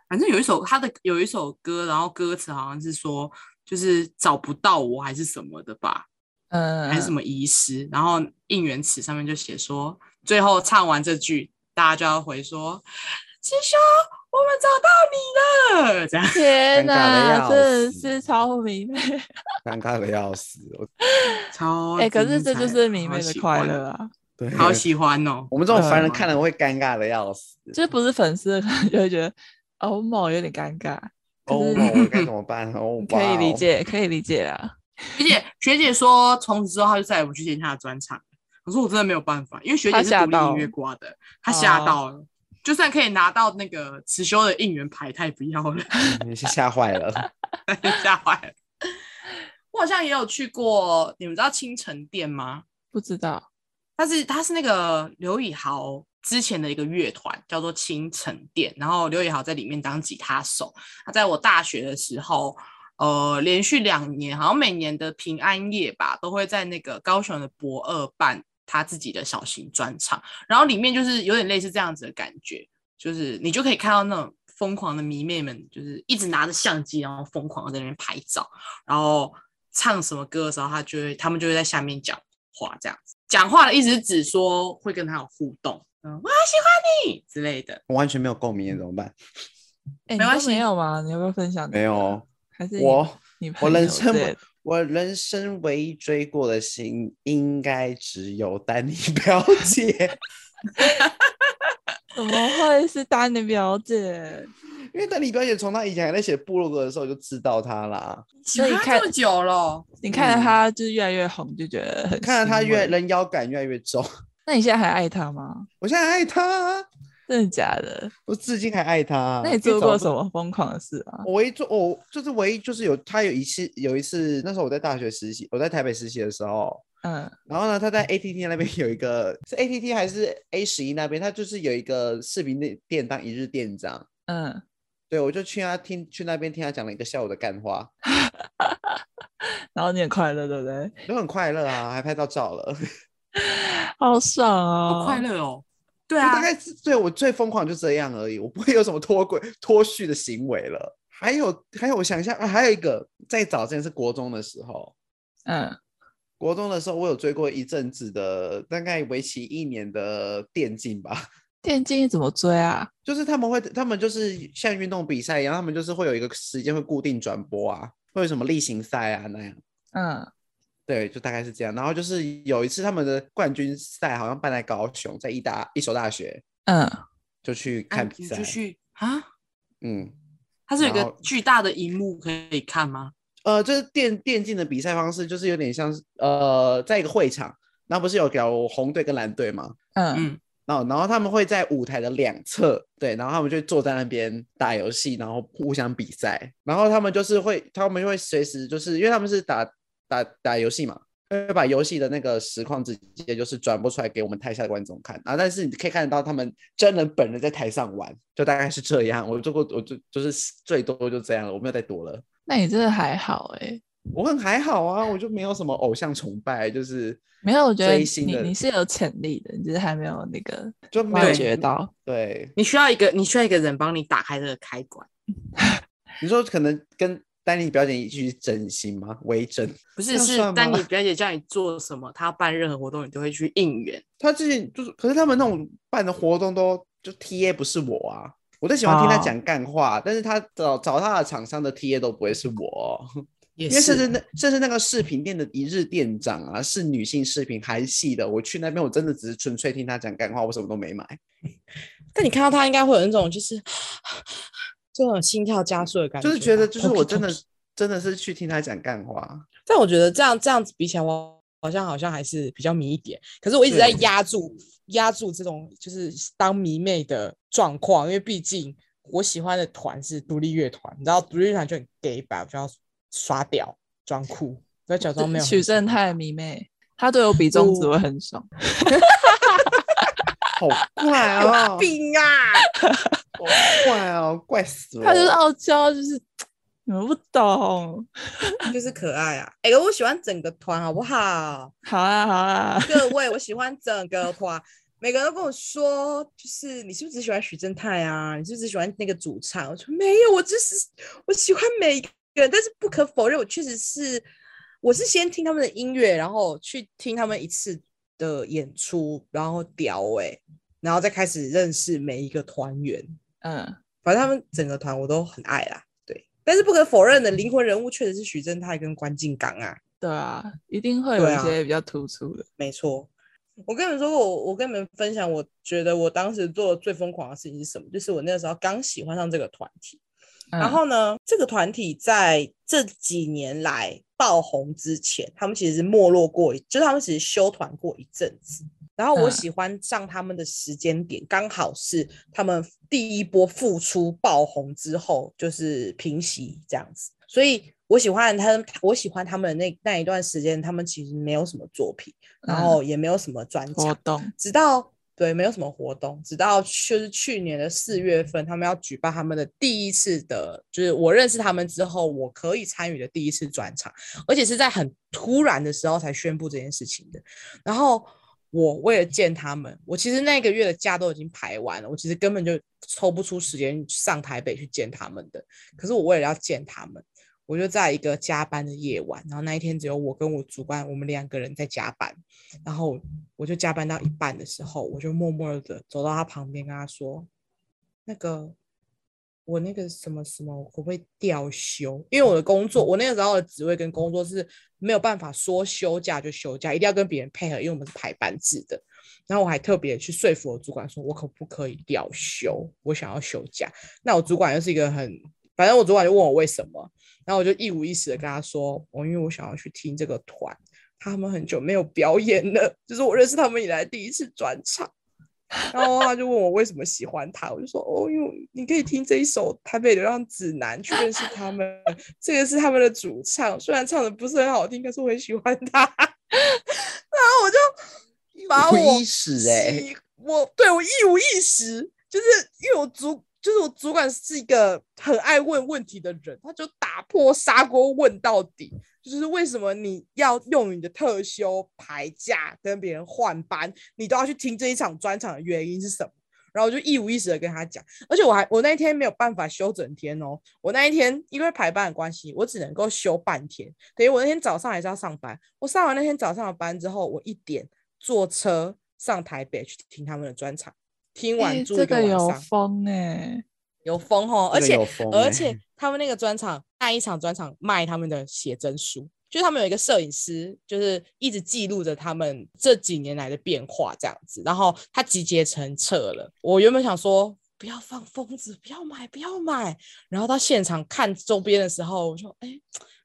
Speaker 4: 反正有一首他的有一首歌，然后歌词好像是说，就是找不到我还是什么的吧，
Speaker 3: 嗯，
Speaker 4: 还是什么遗失。然后应援词上面就写说，最后唱完这句，大家就要回说，师兄，我们找到你了，这样。 *laughs*
Speaker 3: 嗯
Speaker 2: 尴尬得
Speaker 3: 天哪，
Speaker 2: 要
Speaker 3: 真的
Speaker 2: 死
Speaker 3: 是超乎迷妹。
Speaker 2: 尴尬的要死，我
Speaker 4: 超
Speaker 3: 哎、可是这
Speaker 4: 精
Speaker 3: 就
Speaker 4: 彩
Speaker 3: 是迷
Speaker 4: 好
Speaker 3: 妹的
Speaker 4: 喜
Speaker 3: 快
Speaker 4: 欢
Speaker 3: 乐啊！
Speaker 2: 对，
Speaker 4: 好喜欢哦。
Speaker 2: 我们这种凡人
Speaker 4: 嗯
Speaker 2: 看了会尴尬的要死。
Speaker 3: 就是不是粉丝，可能就会觉得哦某有点尴尬，
Speaker 2: 哦，
Speaker 3: 可是
Speaker 2: 我该怎么
Speaker 3: *laughs*
Speaker 2: 办？哦，
Speaker 3: 可以
Speaker 2: 哇
Speaker 3: 理
Speaker 2: 哦。
Speaker 3: 解，可以理解啊。
Speaker 4: 学姐学姐说，从此之后她就再也不去听她的专场了。可是我真的没有办法，因为学姐
Speaker 3: 他
Speaker 4: 是
Speaker 3: 吓
Speaker 4: 独立
Speaker 3: 到
Speaker 4: 音乐挂的，她吓
Speaker 3: 哦
Speaker 4: 到了。就算可以拿到那个辞修的应援牌，她也不要了。
Speaker 2: *laughs*
Speaker 4: *laughs*
Speaker 2: 你是吓坏了。
Speaker 4: 吓坏了。我好像也有去过，你们知道青城店吗？
Speaker 3: 不知道
Speaker 4: 但是它是那个刘以豪之前的一个乐团，叫做青城店，然后刘以豪在里面当吉他手。他在我大学的时候，呃，连续两年，好像每年的平安夜吧，都会在那个高雄的博二办他自己的小型专场，然后里面就是有点类似这样子的感觉，就是你就可以看到那种疯狂的迷妹们，就是一直拿着相机，然后疯狂的在那边拍照，然后唱什么歌的时候，他就会他们就会在下面讲话，这样子讲话的意思是指说会跟他有互动，嗯，我好喜欢你之类的。
Speaker 2: 我完全没有共鸣，怎么办？
Speaker 3: 哎，你
Speaker 4: 没
Speaker 3: 都
Speaker 4: 关系
Speaker 3: 没有吗？你要不要分享？
Speaker 2: 没有哦，
Speaker 3: *laughs* 还是你
Speaker 2: 我
Speaker 3: 你
Speaker 2: 我
Speaker 3: 朋
Speaker 2: 人
Speaker 3: 友
Speaker 2: 生
Speaker 3: 之类的 *laughs*
Speaker 2: 我人生唯一追过的星，应该只有丹妮
Speaker 3: *laughs*
Speaker 2: 表姐，
Speaker 3: 怎么会是丹的表姐？
Speaker 2: 因为丹妮表姐从她以前还在写部落格的时候我就知道她啦，
Speaker 4: 喜欢
Speaker 3: 所以
Speaker 4: 他
Speaker 3: 看
Speaker 4: 这么久了，
Speaker 3: 你
Speaker 2: 嗯
Speaker 3: 看着她就是越来越红，就觉得很
Speaker 2: 看到她
Speaker 3: 欣
Speaker 2: 越
Speaker 3: 慰
Speaker 2: 人妖感越来越重， *laughs*
Speaker 3: 那你现在还爱她吗？
Speaker 2: 我现在爱她，
Speaker 3: 真的假的？
Speaker 2: 我至今还爱她。
Speaker 3: 那你
Speaker 2: 因
Speaker 3: 做
Speaker 2: 为早
Speaker 3: 过
Speaker 2: 不
Speaker 3: 什么疯狂的事啊？
Speaker 2: 我唯一做，我、就是唯一就是有他有一次有一次，那时候我在大学实习，我在台北实习的时候，
Speaker 3: 嗯，
Speaker 2: 然后呢，他在 ATT 那边有一个是 ATT 还是 A 十一那边，他就是有一个视频店店当一日店长，
Speaker 3: 嗯，
Speaker 2: 对我就去他听去那边听他讲了一个下午的干话，
Speaker 3: 然后你很快乐，对不对？
Speaker 2: 都很快乐啊，还拍到照了，
Speaker 3: 好爽哦，
Speaker 4: 好快乐哦。对
Speaker 2: 就
Speaker 4: 啊，
Speaker 2: *laughs* 大概是对我最疯狂就这样而已，我不会有什么脱轨脱序的行为了。还有还有，我想一下啊，还有一个再早之前是国中的时候，
Speaker 3: 嗯，
Speaker 2: 国中的时候，我有追过一阵子的，大概为期一年的电竞吧。
Speaker 3: 电竞怎么追啊？
Speaker 2: 就是他们会，他们就是像运动比赛一样，他们就是会有一个时间会固定转播啊，会有什么例行赛啊那样。
Speaker 3: 嗯，
Speaker 2: 对，就大概是这样。然后就是有一次他们的冠军赛好像办在高雄，在一大一所大学，
Speaker 3: 嗯，
Speaker 2: 就去
Speaker 4: 啊
Speaker 2: 看比
Speaker 4: 你
Speaker 2: 赛
Speaker 4: 就。去啊，
Speaker 2: 嗯，
Speaker 4: 它是有一
Speaker 2: 然
Speaker 4: 个
Speaker 2: 后
Speaker 4: 巨大的荧幕可以看吗？
Speaker 2: 呃，就是电电竞的比赛方式，就是有点像是呃，在一个会场，那不是有有红队跟蓝队吗？
Speaker 3: 嗯，
Speaker 4: 嗯，
Speaker 2: 然哦后，然后他们会在舞台的两侧，对，然后他们就坐在那边打游戏，然后互相比赛。然后他们就是会，他们就会随时就是因为他们是打打打游戏嘛，会把游戏的那个实况直接就是转播出来给我们台下的观众看。然后，但是你可以看得到他们真人本人在台上玩，就大概是这样。我做过，我就就是最多就这样了，我没有再多了。
Speaker 3: 那你真的还好哎、
Speaker 2: 我很还好啊，我就没有什么偶像崇拜，就是
Speaker 3: 没有，我觉得
Speaker 2: 追星
Speaker 3: 你
Speaker 2: 的
Speaker 3: 你是有潜力的，你只是还没有那个
Speaker 2: 就没有
Speaker 3: 挖掘到。
Speaker 2: 对。
Speaker 4: 你需要一个，你需要一个人帮你打开这个开关，
Speaker 2: 你说可能跟丹妮表姐一起去整形吗？微整？
Speaker 4: 不
Speaker 2: 这
Speaker 4: 是
Speaker 2: 样
Speaker 4: 是
Speaker 2: 算吗
Speaker 4: 丹尼表姐叫你做什么，她要办任何活动，你都会去应援。
Speaker 2: 她之前就是，可是他们那种办的活动都就 TA 不是我啊，我最喜欢听她
Speaker 3: 哦
Speaker 2: 讲干话，但是她找找她的厂商的 TA 都不会是我，
Speaker 4: 也
Speaker 2: 因为甚至那甚至那个饰品店的一日店长啊，是女性饰品韩系的，我去那边我真的只是纯粹听她讲干话，我什么都没买。
Speaker 4: 但你看到她应该会有那种就是 *sighs* 这种心跳加速的感啊
Speaker 2: 就是觉
Speaker 4: 吧
Speaker 2: 得，就是我真的
Speaker 4: Toki-toki
Speaker 2: 真的是去听她讲干话，
Speaker 4: 但我觉得这样这样子比起来，我好像好像还是比较迷一点。可是我一直在
Speaker 2: 对
Speaker 4: 压住压住这种就是当迷妹的状况，因为毕竟我喜欢的团是独立乐团，你知道独立乐团就很 gay 吧，我就要刷掉装酷，不要假装没有
Speaker 3: 许正太迷妹，他对我比中指
Speaker 4: 我，
Speaker 3: 会很爽。
Speaker 2: 好怪哦
Speaker 4: 病啊！ *laughs*
Speaker 2: 好怪哦，怪死我！
Speaker 3: 他就是傲娇，就是你们不懂。
Speaker 4: 就是可爱啊！哎、我喜欢整个团好不好？
Speaker 3: 好啊，好啊，
Speaker 4: *laughs* 各位，我喜欢整个团。每个人都跟我说，就是你是不是只喜欢许正泰啊？你是不是只喜欢那个主唱？我说没有，我只是我喜欢每一个人，但是不可否认，我确实是我是先听他们的音乐，然后去听他们一次的演出，然后屌哎、然后再开始认识每一个团员。
Speaker 3: 嗯，
Speaker 4: 反正他们整个团我都很爱啦，对。但是不可否认的，灵魂人物确实是许正泰跟关敬刚啊。
Speaker 3: 对啊，一定会有
Speaker 4: 对
Speaker 3: 一
Speaker 4: 啊
Speaker 3: 些比较突出的。
Speaker 4: 没错，我跟你们说过，我我跟你们分享，我觉得我当时做的最疯狂的事情是什么？就是我那时候刚喜欢上这个团体，
Speaker 3: 嗯
Speaker 4: 然后呢，这个团体在这几年来爆红之前，他们其实没落过一，就是他们其实休团过一阵子。然后我
Speaker 3: 嗯
Speaker 4: 喜欢上他们的时间点，刚好是他们第一波复出爆红之后，就是平息这样子。所以我喜欢他们，我喜欢他们的那那一段时间，他们其实没有什么作品，然
Speaker 3: 嗯
Speaker 4: 后也没有什么专辑。
Speaker 3: 活动，
Speaker 4: 直到对没有什么活动，直到就是去年的四月份，他们要举办他们的第一次的，就是我认识他们之后，我可以参与的第一次专场，而且是在很突然的时候才宣布这件事情的。然后我为了见他们，我其实那个月的假都已经排完了，我其实根本就抽不出时间上台北去见他们的。可是我为了要见他们。我就在一个加班的夜晚，然后那一天只有我跟我主管，我们两个人在加班，然后我就加班到一半的时候，我就默默的走到他旁边，跟他说：“那个，我那个什么什么，我可不可以调休？因为我的工作，我那个时候的职位跟工作是没有办法说休假就休假，一定要跟别人配合，因为我们是排班制的。然后我还特别去说服我主管，说我可不可以调休？我想要休假。那我主管又是一个很，反正我主管就问我为什么，然后我就一五一十的跟他说，我、因为我想要去听这个团。”他们很久没有表演了，就是我认识他们以来第一次转场。然后他就问我为什么喜欢他，我就说哦，因为你可以听这一首《台北流浪指南》去认识他们，这个是他们的主唱，虽然唱的不是很好听，可是我很喜欢他。 *laughs* 然后我就把我
Speaker 2: 无意识哎，
Speaker 4: 喜我对我一无一识，就是因为我主就是我主管是一个很爱问问题的人，他就打破砂锅问到底，就是为什么你要用你的特休排假跟别人换班，你都要去听这一场专场的原因是什么？然后我就一五一十的跟他讲，而且我还我那一天没有办法休整天哦，我那一天因为排班的关系，我只能够休半天，等于我那天早上还是要上班。我上完那天早上的班之后，我一点坐车上台北去听他们的专场，听完
Speaker 3: 诶
Speaker 4: 住
Speaker 3: 欸这
Speaker 4: 一个
Speaker 3: 个
Speaker 4: 晚
Speaker 3: 有
Speaker 4: 上，
Speaker 3: 风哎，
Speaker 4: 有风哦，而
Speaker 2: 这个
Speaker 4: 且
Speaker 2: 有风欸
Speaker 4: 而
Speaker 3: *laughs*
Speaker 4: 且他们那个专场那一场专场卖他们的写真书，就是他们有一个摄影师，就是一直记录着他们这几年来的变化这样子，然后他集结成册了。我原本想说不要放疯子，不要买，不要买，然后到现场看周边的时候，我说哎、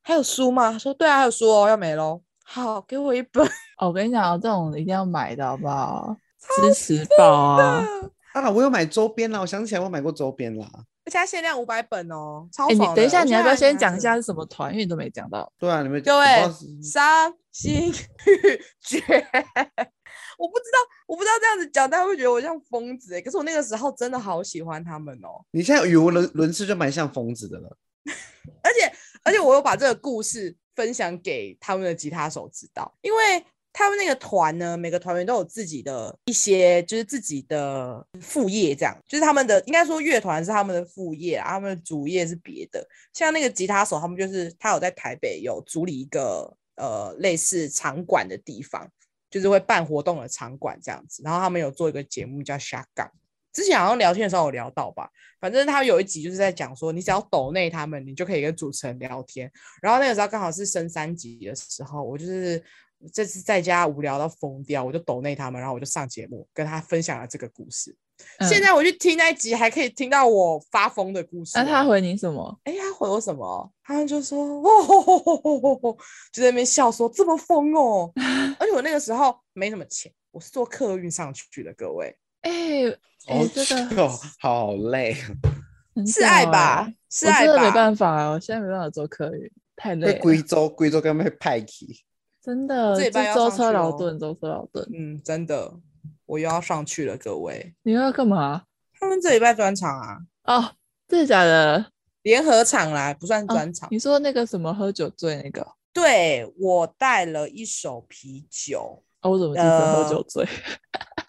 Speaker 4: 还有书吗？他说对啊，还有书哦，要没喽。好，给我一本。
Speaker 3: 哦我跟你讲，这种一定要买的好不好？支持宝啊！
Speaker 2: 啊，我有买周边啦，我想起来我买过周边啦。
Speaker 4: *laughs* 而且它限量五百本哦，超
Speaker 3: 哎，你
Speaker 4: 爽
Speaker 3: 等一
Speaker 4: 的
Speaker 3: 下，
Speaker 4: 我
Speaker 3: 你
Speaker 4: 现
Speaker 3: 要不
Speaker 4: 在
Speaker 3: 要
Speaker 4: 还
Speaker 3: 先
Speaker 4: 拿
Speaker 3: 讲一
Speaker 4: 着
Speaker 3: 下是什么团？因为你都没讲到。
Speaker 2: 对啊，你们
Speaker 4: 各位
Speaker 2: 我不知道是
Speaker 4: 伤 *laughs* 心欲绝。我不知道，我不知道这样子讲，大家会觉得我像疯子哎、可是我那个时候真的好喜欢他们哦、
Speaker 2: 你现在语无伦伦次就蛮像疯子的了。
Speaker 4: 而且而且我有把这个故事分享给他们的吉他手知道，因为他们那个团呢，每个团员都有自己的一些就是自己的副业，这样就是他们的应该说乐团是他们的副业啊，他们的主业是别的。像那个吉他手，他们就是他有在台北有组理一个呃类似场馆的地方，就是会办活动的场馆这样子。然后他们有做一个节目叫《下岗》，之前好像聊天的时候有聊到吧，反正他们有一集就是在讲说，你只要抖内他们，你就可以跟主持人聊天。然后那个时候刚好是升三级的时候，我就是这次在家无聊到疯掉，我就抖内他们，然后我就上节目跟他分享了这个故事。现
Speaker 3: 嗯
Speaker 4: 在我去听那一集，还可以听到我发疯的故事哦。
Speaker 3: 那他回你什么？
Speaker 4: 哎，他回我什么？他们就说哦，就在那边笑说这么疯哦。
Speaker 3: *laughs*
Speaker 4: 而且我那个时候没什么钱，我是坐客运上去的，各位
Speaker 3: 哎
Speaker 2: 哦
Speaker 3: 哎，这个
Speaker 2: 哦，好累。
Speaker 3: 很
Speaker 4: 是爱
Speaker 3: 屌
Speaker 4: 吧
Speaker 3: 欸？
Speaker 4: 是
Speaker 3: 我
Speaker 4: 爱
Speaker 3: 真的
Speaker 4: 吧？
Speaker 3: 没办法啊，我现在没办法做客运，太累
Speaker 2: 被
Speaker 3: 了。
Speaker 2: 贵州，贵州刚被派去。
Speaker 3: 真的，
Speaker 4: 这礼
Speaker 3: 这
Speaker 4: 拜要
Speaker 3: 舟
Speaker 4: 上
Speaker 3: 车
Speaker 4: 去
Speaker 3: 劳
Speaker 4: 咯
Speaker 3: 顿，舟车劳顿。
Speaker 4: 嗯，真的，我又要上去了，各位。
Speaker 3: 你要干嘛？
Speaker 4: 他们这礼拜专场啊，
Speaker 3: 哦，真的假的？
Speaker 4: 联合场啦，不算
Speaker 3: 哦
Speaker 4: 专场。
Speaker 3: 你说那个什么喝酒醉那个？
Speaker 4: 对我带了一手啤酒，
Speaker 3: 哦，我怎么记得喝
Speaker 4: 呃
Speaker 3: 酒醉？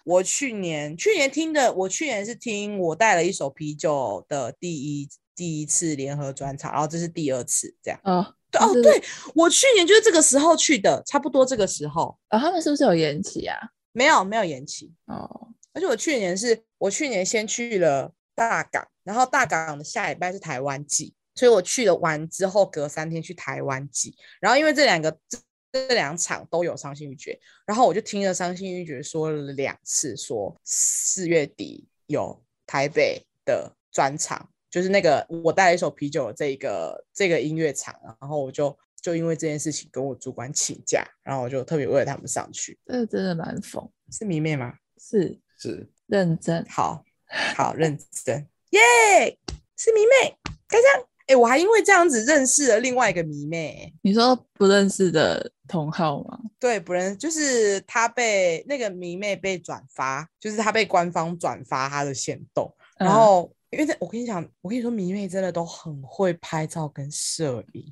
Speaker 4: 我去年去年听的，我去年是听我带了一手啤酒的第一第一次联合专场，然后这是第二次这样。
Speaker 3: 哦，
Speaker 4: 对
Speaker 3: 就
Speaker 4: 哦，
Speaker 3: 是
Speaker 4: 对我去年就是这个时候去的，差不多这个时候
Speaker 3: 啊，他们是不是有延期啊？
Speaker 4: 没有没有延期，
Speaker 3: 哦，
Speaker 4: 而且我去年是我去年先去了大港，然后大港的下礼拜是台湾季，所以我去了完之后隔三天去台湾季，然后因为这两个这这两场都有伤心欲绝，然后我就听了伤心欲绝说了两次，说四月底有台北的专场。就是那个我带了一手啤酒的这一个这个音乐场，然后我就就因为这件事情跟我主管请假，然后我就特别为了他们上去，
Speaker 3: 这个真的蛮疯，
Speaker 4: 是迷妹吗？
Speaker 3: 是
Speaker 2: 是
Speaker 3: 认真。
Speaker 4: 好好认真，耶、是迷妹，开箱。哎、我还因为这样子认识了另外一个迷妹、
Speaker 3: 你说不认识的同号吗？
Speaker 4: 对，不认就是她被那个迷妹被转发，就是她被官方转发她的行动，然
Speaker 3: 嗯
Speaker 4: 后，因为这我跟你讲，我跟你说，迷妹真的都很会拍照跟摄影。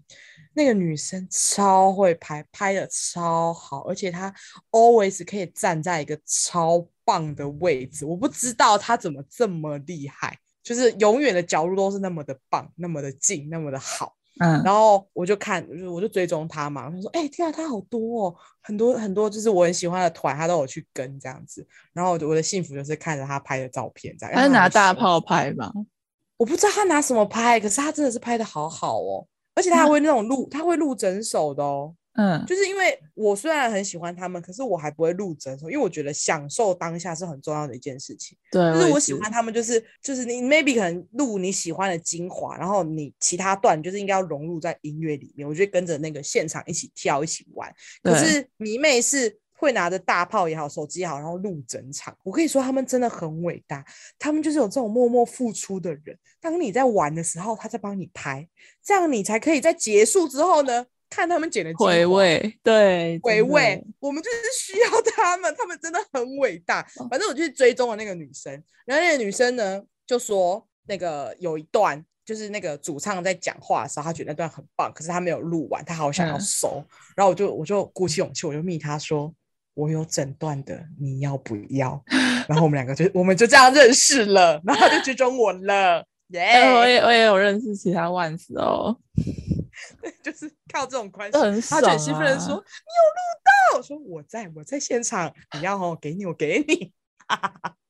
Speaker 4: 那个女生超会拍，拍的超好，而且她 always 可以站在一个超棒的位置。我不知道她怎么这么厉害，就是永远的角度都是那么的棒，那么的近，那么的
Speaker 3: *laughs*
Speaker 4: 好。
Speaker 3: 嗯，
Speaker 4: 然后我就看，就是我就追踪他嘛，我就说，哎、天啊，他好多哦，很多很多，就是我很喜欢的团，他都有去跟这样子。然后我的我的幸福就是看着他拍的照片，这样。
Speaker 3: 他是
Speaker 4: 因为
Speaker 3: 拿
Speaker 4: 很
Speaker 3: 大
Speaker 4: 熟
Speaker 3: 炮拍吧？
Speaker 4: 我不知道他拿什么拍，可是他真的是拍的好好哦，而且他还
Speaker 3: 那
Speaker 4: 会那种录，他会录整首的哦。
Speaker 3: 嗯，
Speaker 4: 就是因为我虽然很喜欢他们，可是我还不会录整首，因为我觉得享受当下是很重要的一件事情。
Speaker 3: 对，
Speaker 4: 就是嗯
Speaker 3: 也
Speaker 4: 我喜欢他们，就是就是你 maybe 可能录你喜欢的精华，然后你其他段就是应该要融入在音乐里面，我就跟着那个现场一起跳一起玩。可
Speaker 3: 对
Speaker 4: 是迷妹是会拿着大炮也好，手机也好，然后录整场。我可以说他们真的很伟大，他们就是有这种默默付出的人。当你在玩的时候，他在帮你拍，这样你才可以在结束之后呢，看他们剪的精
Speaker 3: 回
Speaker 4: 华
Speaker 3: 味，对，
Speaker 4: 回
Speaker 3: 真的
Speaker 4: 味，我们就是需要他们，他们真的很伟大
Speaker 3: 哦。
Speaker 4: 反正我就是追踪了那个女生，然后那个女生呢就说，那个有一段就是那个主唱在讲话的时候，她觉得那段很棒，可是她没有录完，她好想要
Speaker 3: 嗯
Speaker 4: 收。然后我就我就鼓起勇气，我就密她说。我有整段的，你要不要？
Speaker 3: *laughs*
Speaker 4: 然后我们两个就我们就这样认识了，然后她就追踪我了，耶、
Speaker 3: 哎，我也我也有认识其他万斯哦，
Speaker 4: 就是靠这种关系
Speaker 3: 这，很
Speaker 4: 他
Speaker 3: 爽
Speaker 4: 就
Speaker 3: 啊。
Speaker 4: 很兴奋的说：“你有录到？”我说：“我在，我在现场。你要哦，给你， *laughs* 我给你。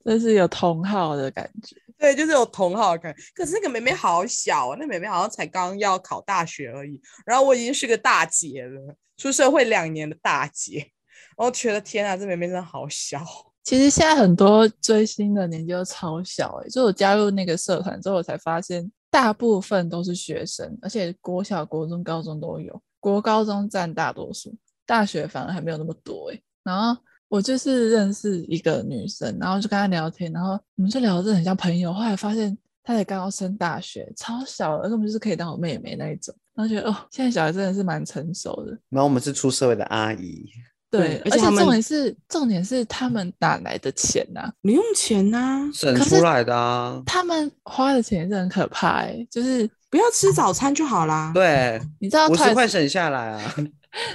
Speaker 3: 这是有同号的感觉。”
Speaker 4: 对，就是有同好感。可是那个妹妹好小哦，那妹妹好像才刚要考大学而已。然后我已经是个大姐了，出社会两年的大姐。然后觉得天啊，这妹妹真的好小。
Speaker 3: 其实现在很多追星的年纪都超小、欸，就我加入那个社团之后，我才发现大部分都是学生，而且国小、国中、高中都有，国高中占大多数，大学反而还没有那么多、欸，然后我就是认识一个女生，然后就跟她聊天，然后我们就聊得很像朋友，后来发现她才刚要升大学，超小的，根本就是可以当我妹妹那一种，然后觉得哦，现在小孩真的是蛮成熟的。
Speaker 2: 然后我们是出社会的阿姨，
Speaker 3: 对，
Speaker 4: 而且
Speaker 3: 而且
Speaker 4: 他们
Speaker 3: 重点是，重点是他们哪来的钱啊呐、
Speaker 4: 你用钱啊呐、
Speaker 2: 省
Speaker 3: 可是
Speaker 2: 出来的啊。
Speaker 3: 他们花的钱也是很可怕、欸，就是
Speaker 4: 不要吃早餐就好啦。
Speaker 2: 对，
Speaker 3: 你知道
Speaker 2: 五十块
Speaker 3: Twice
Speaker 2: 省下来啊。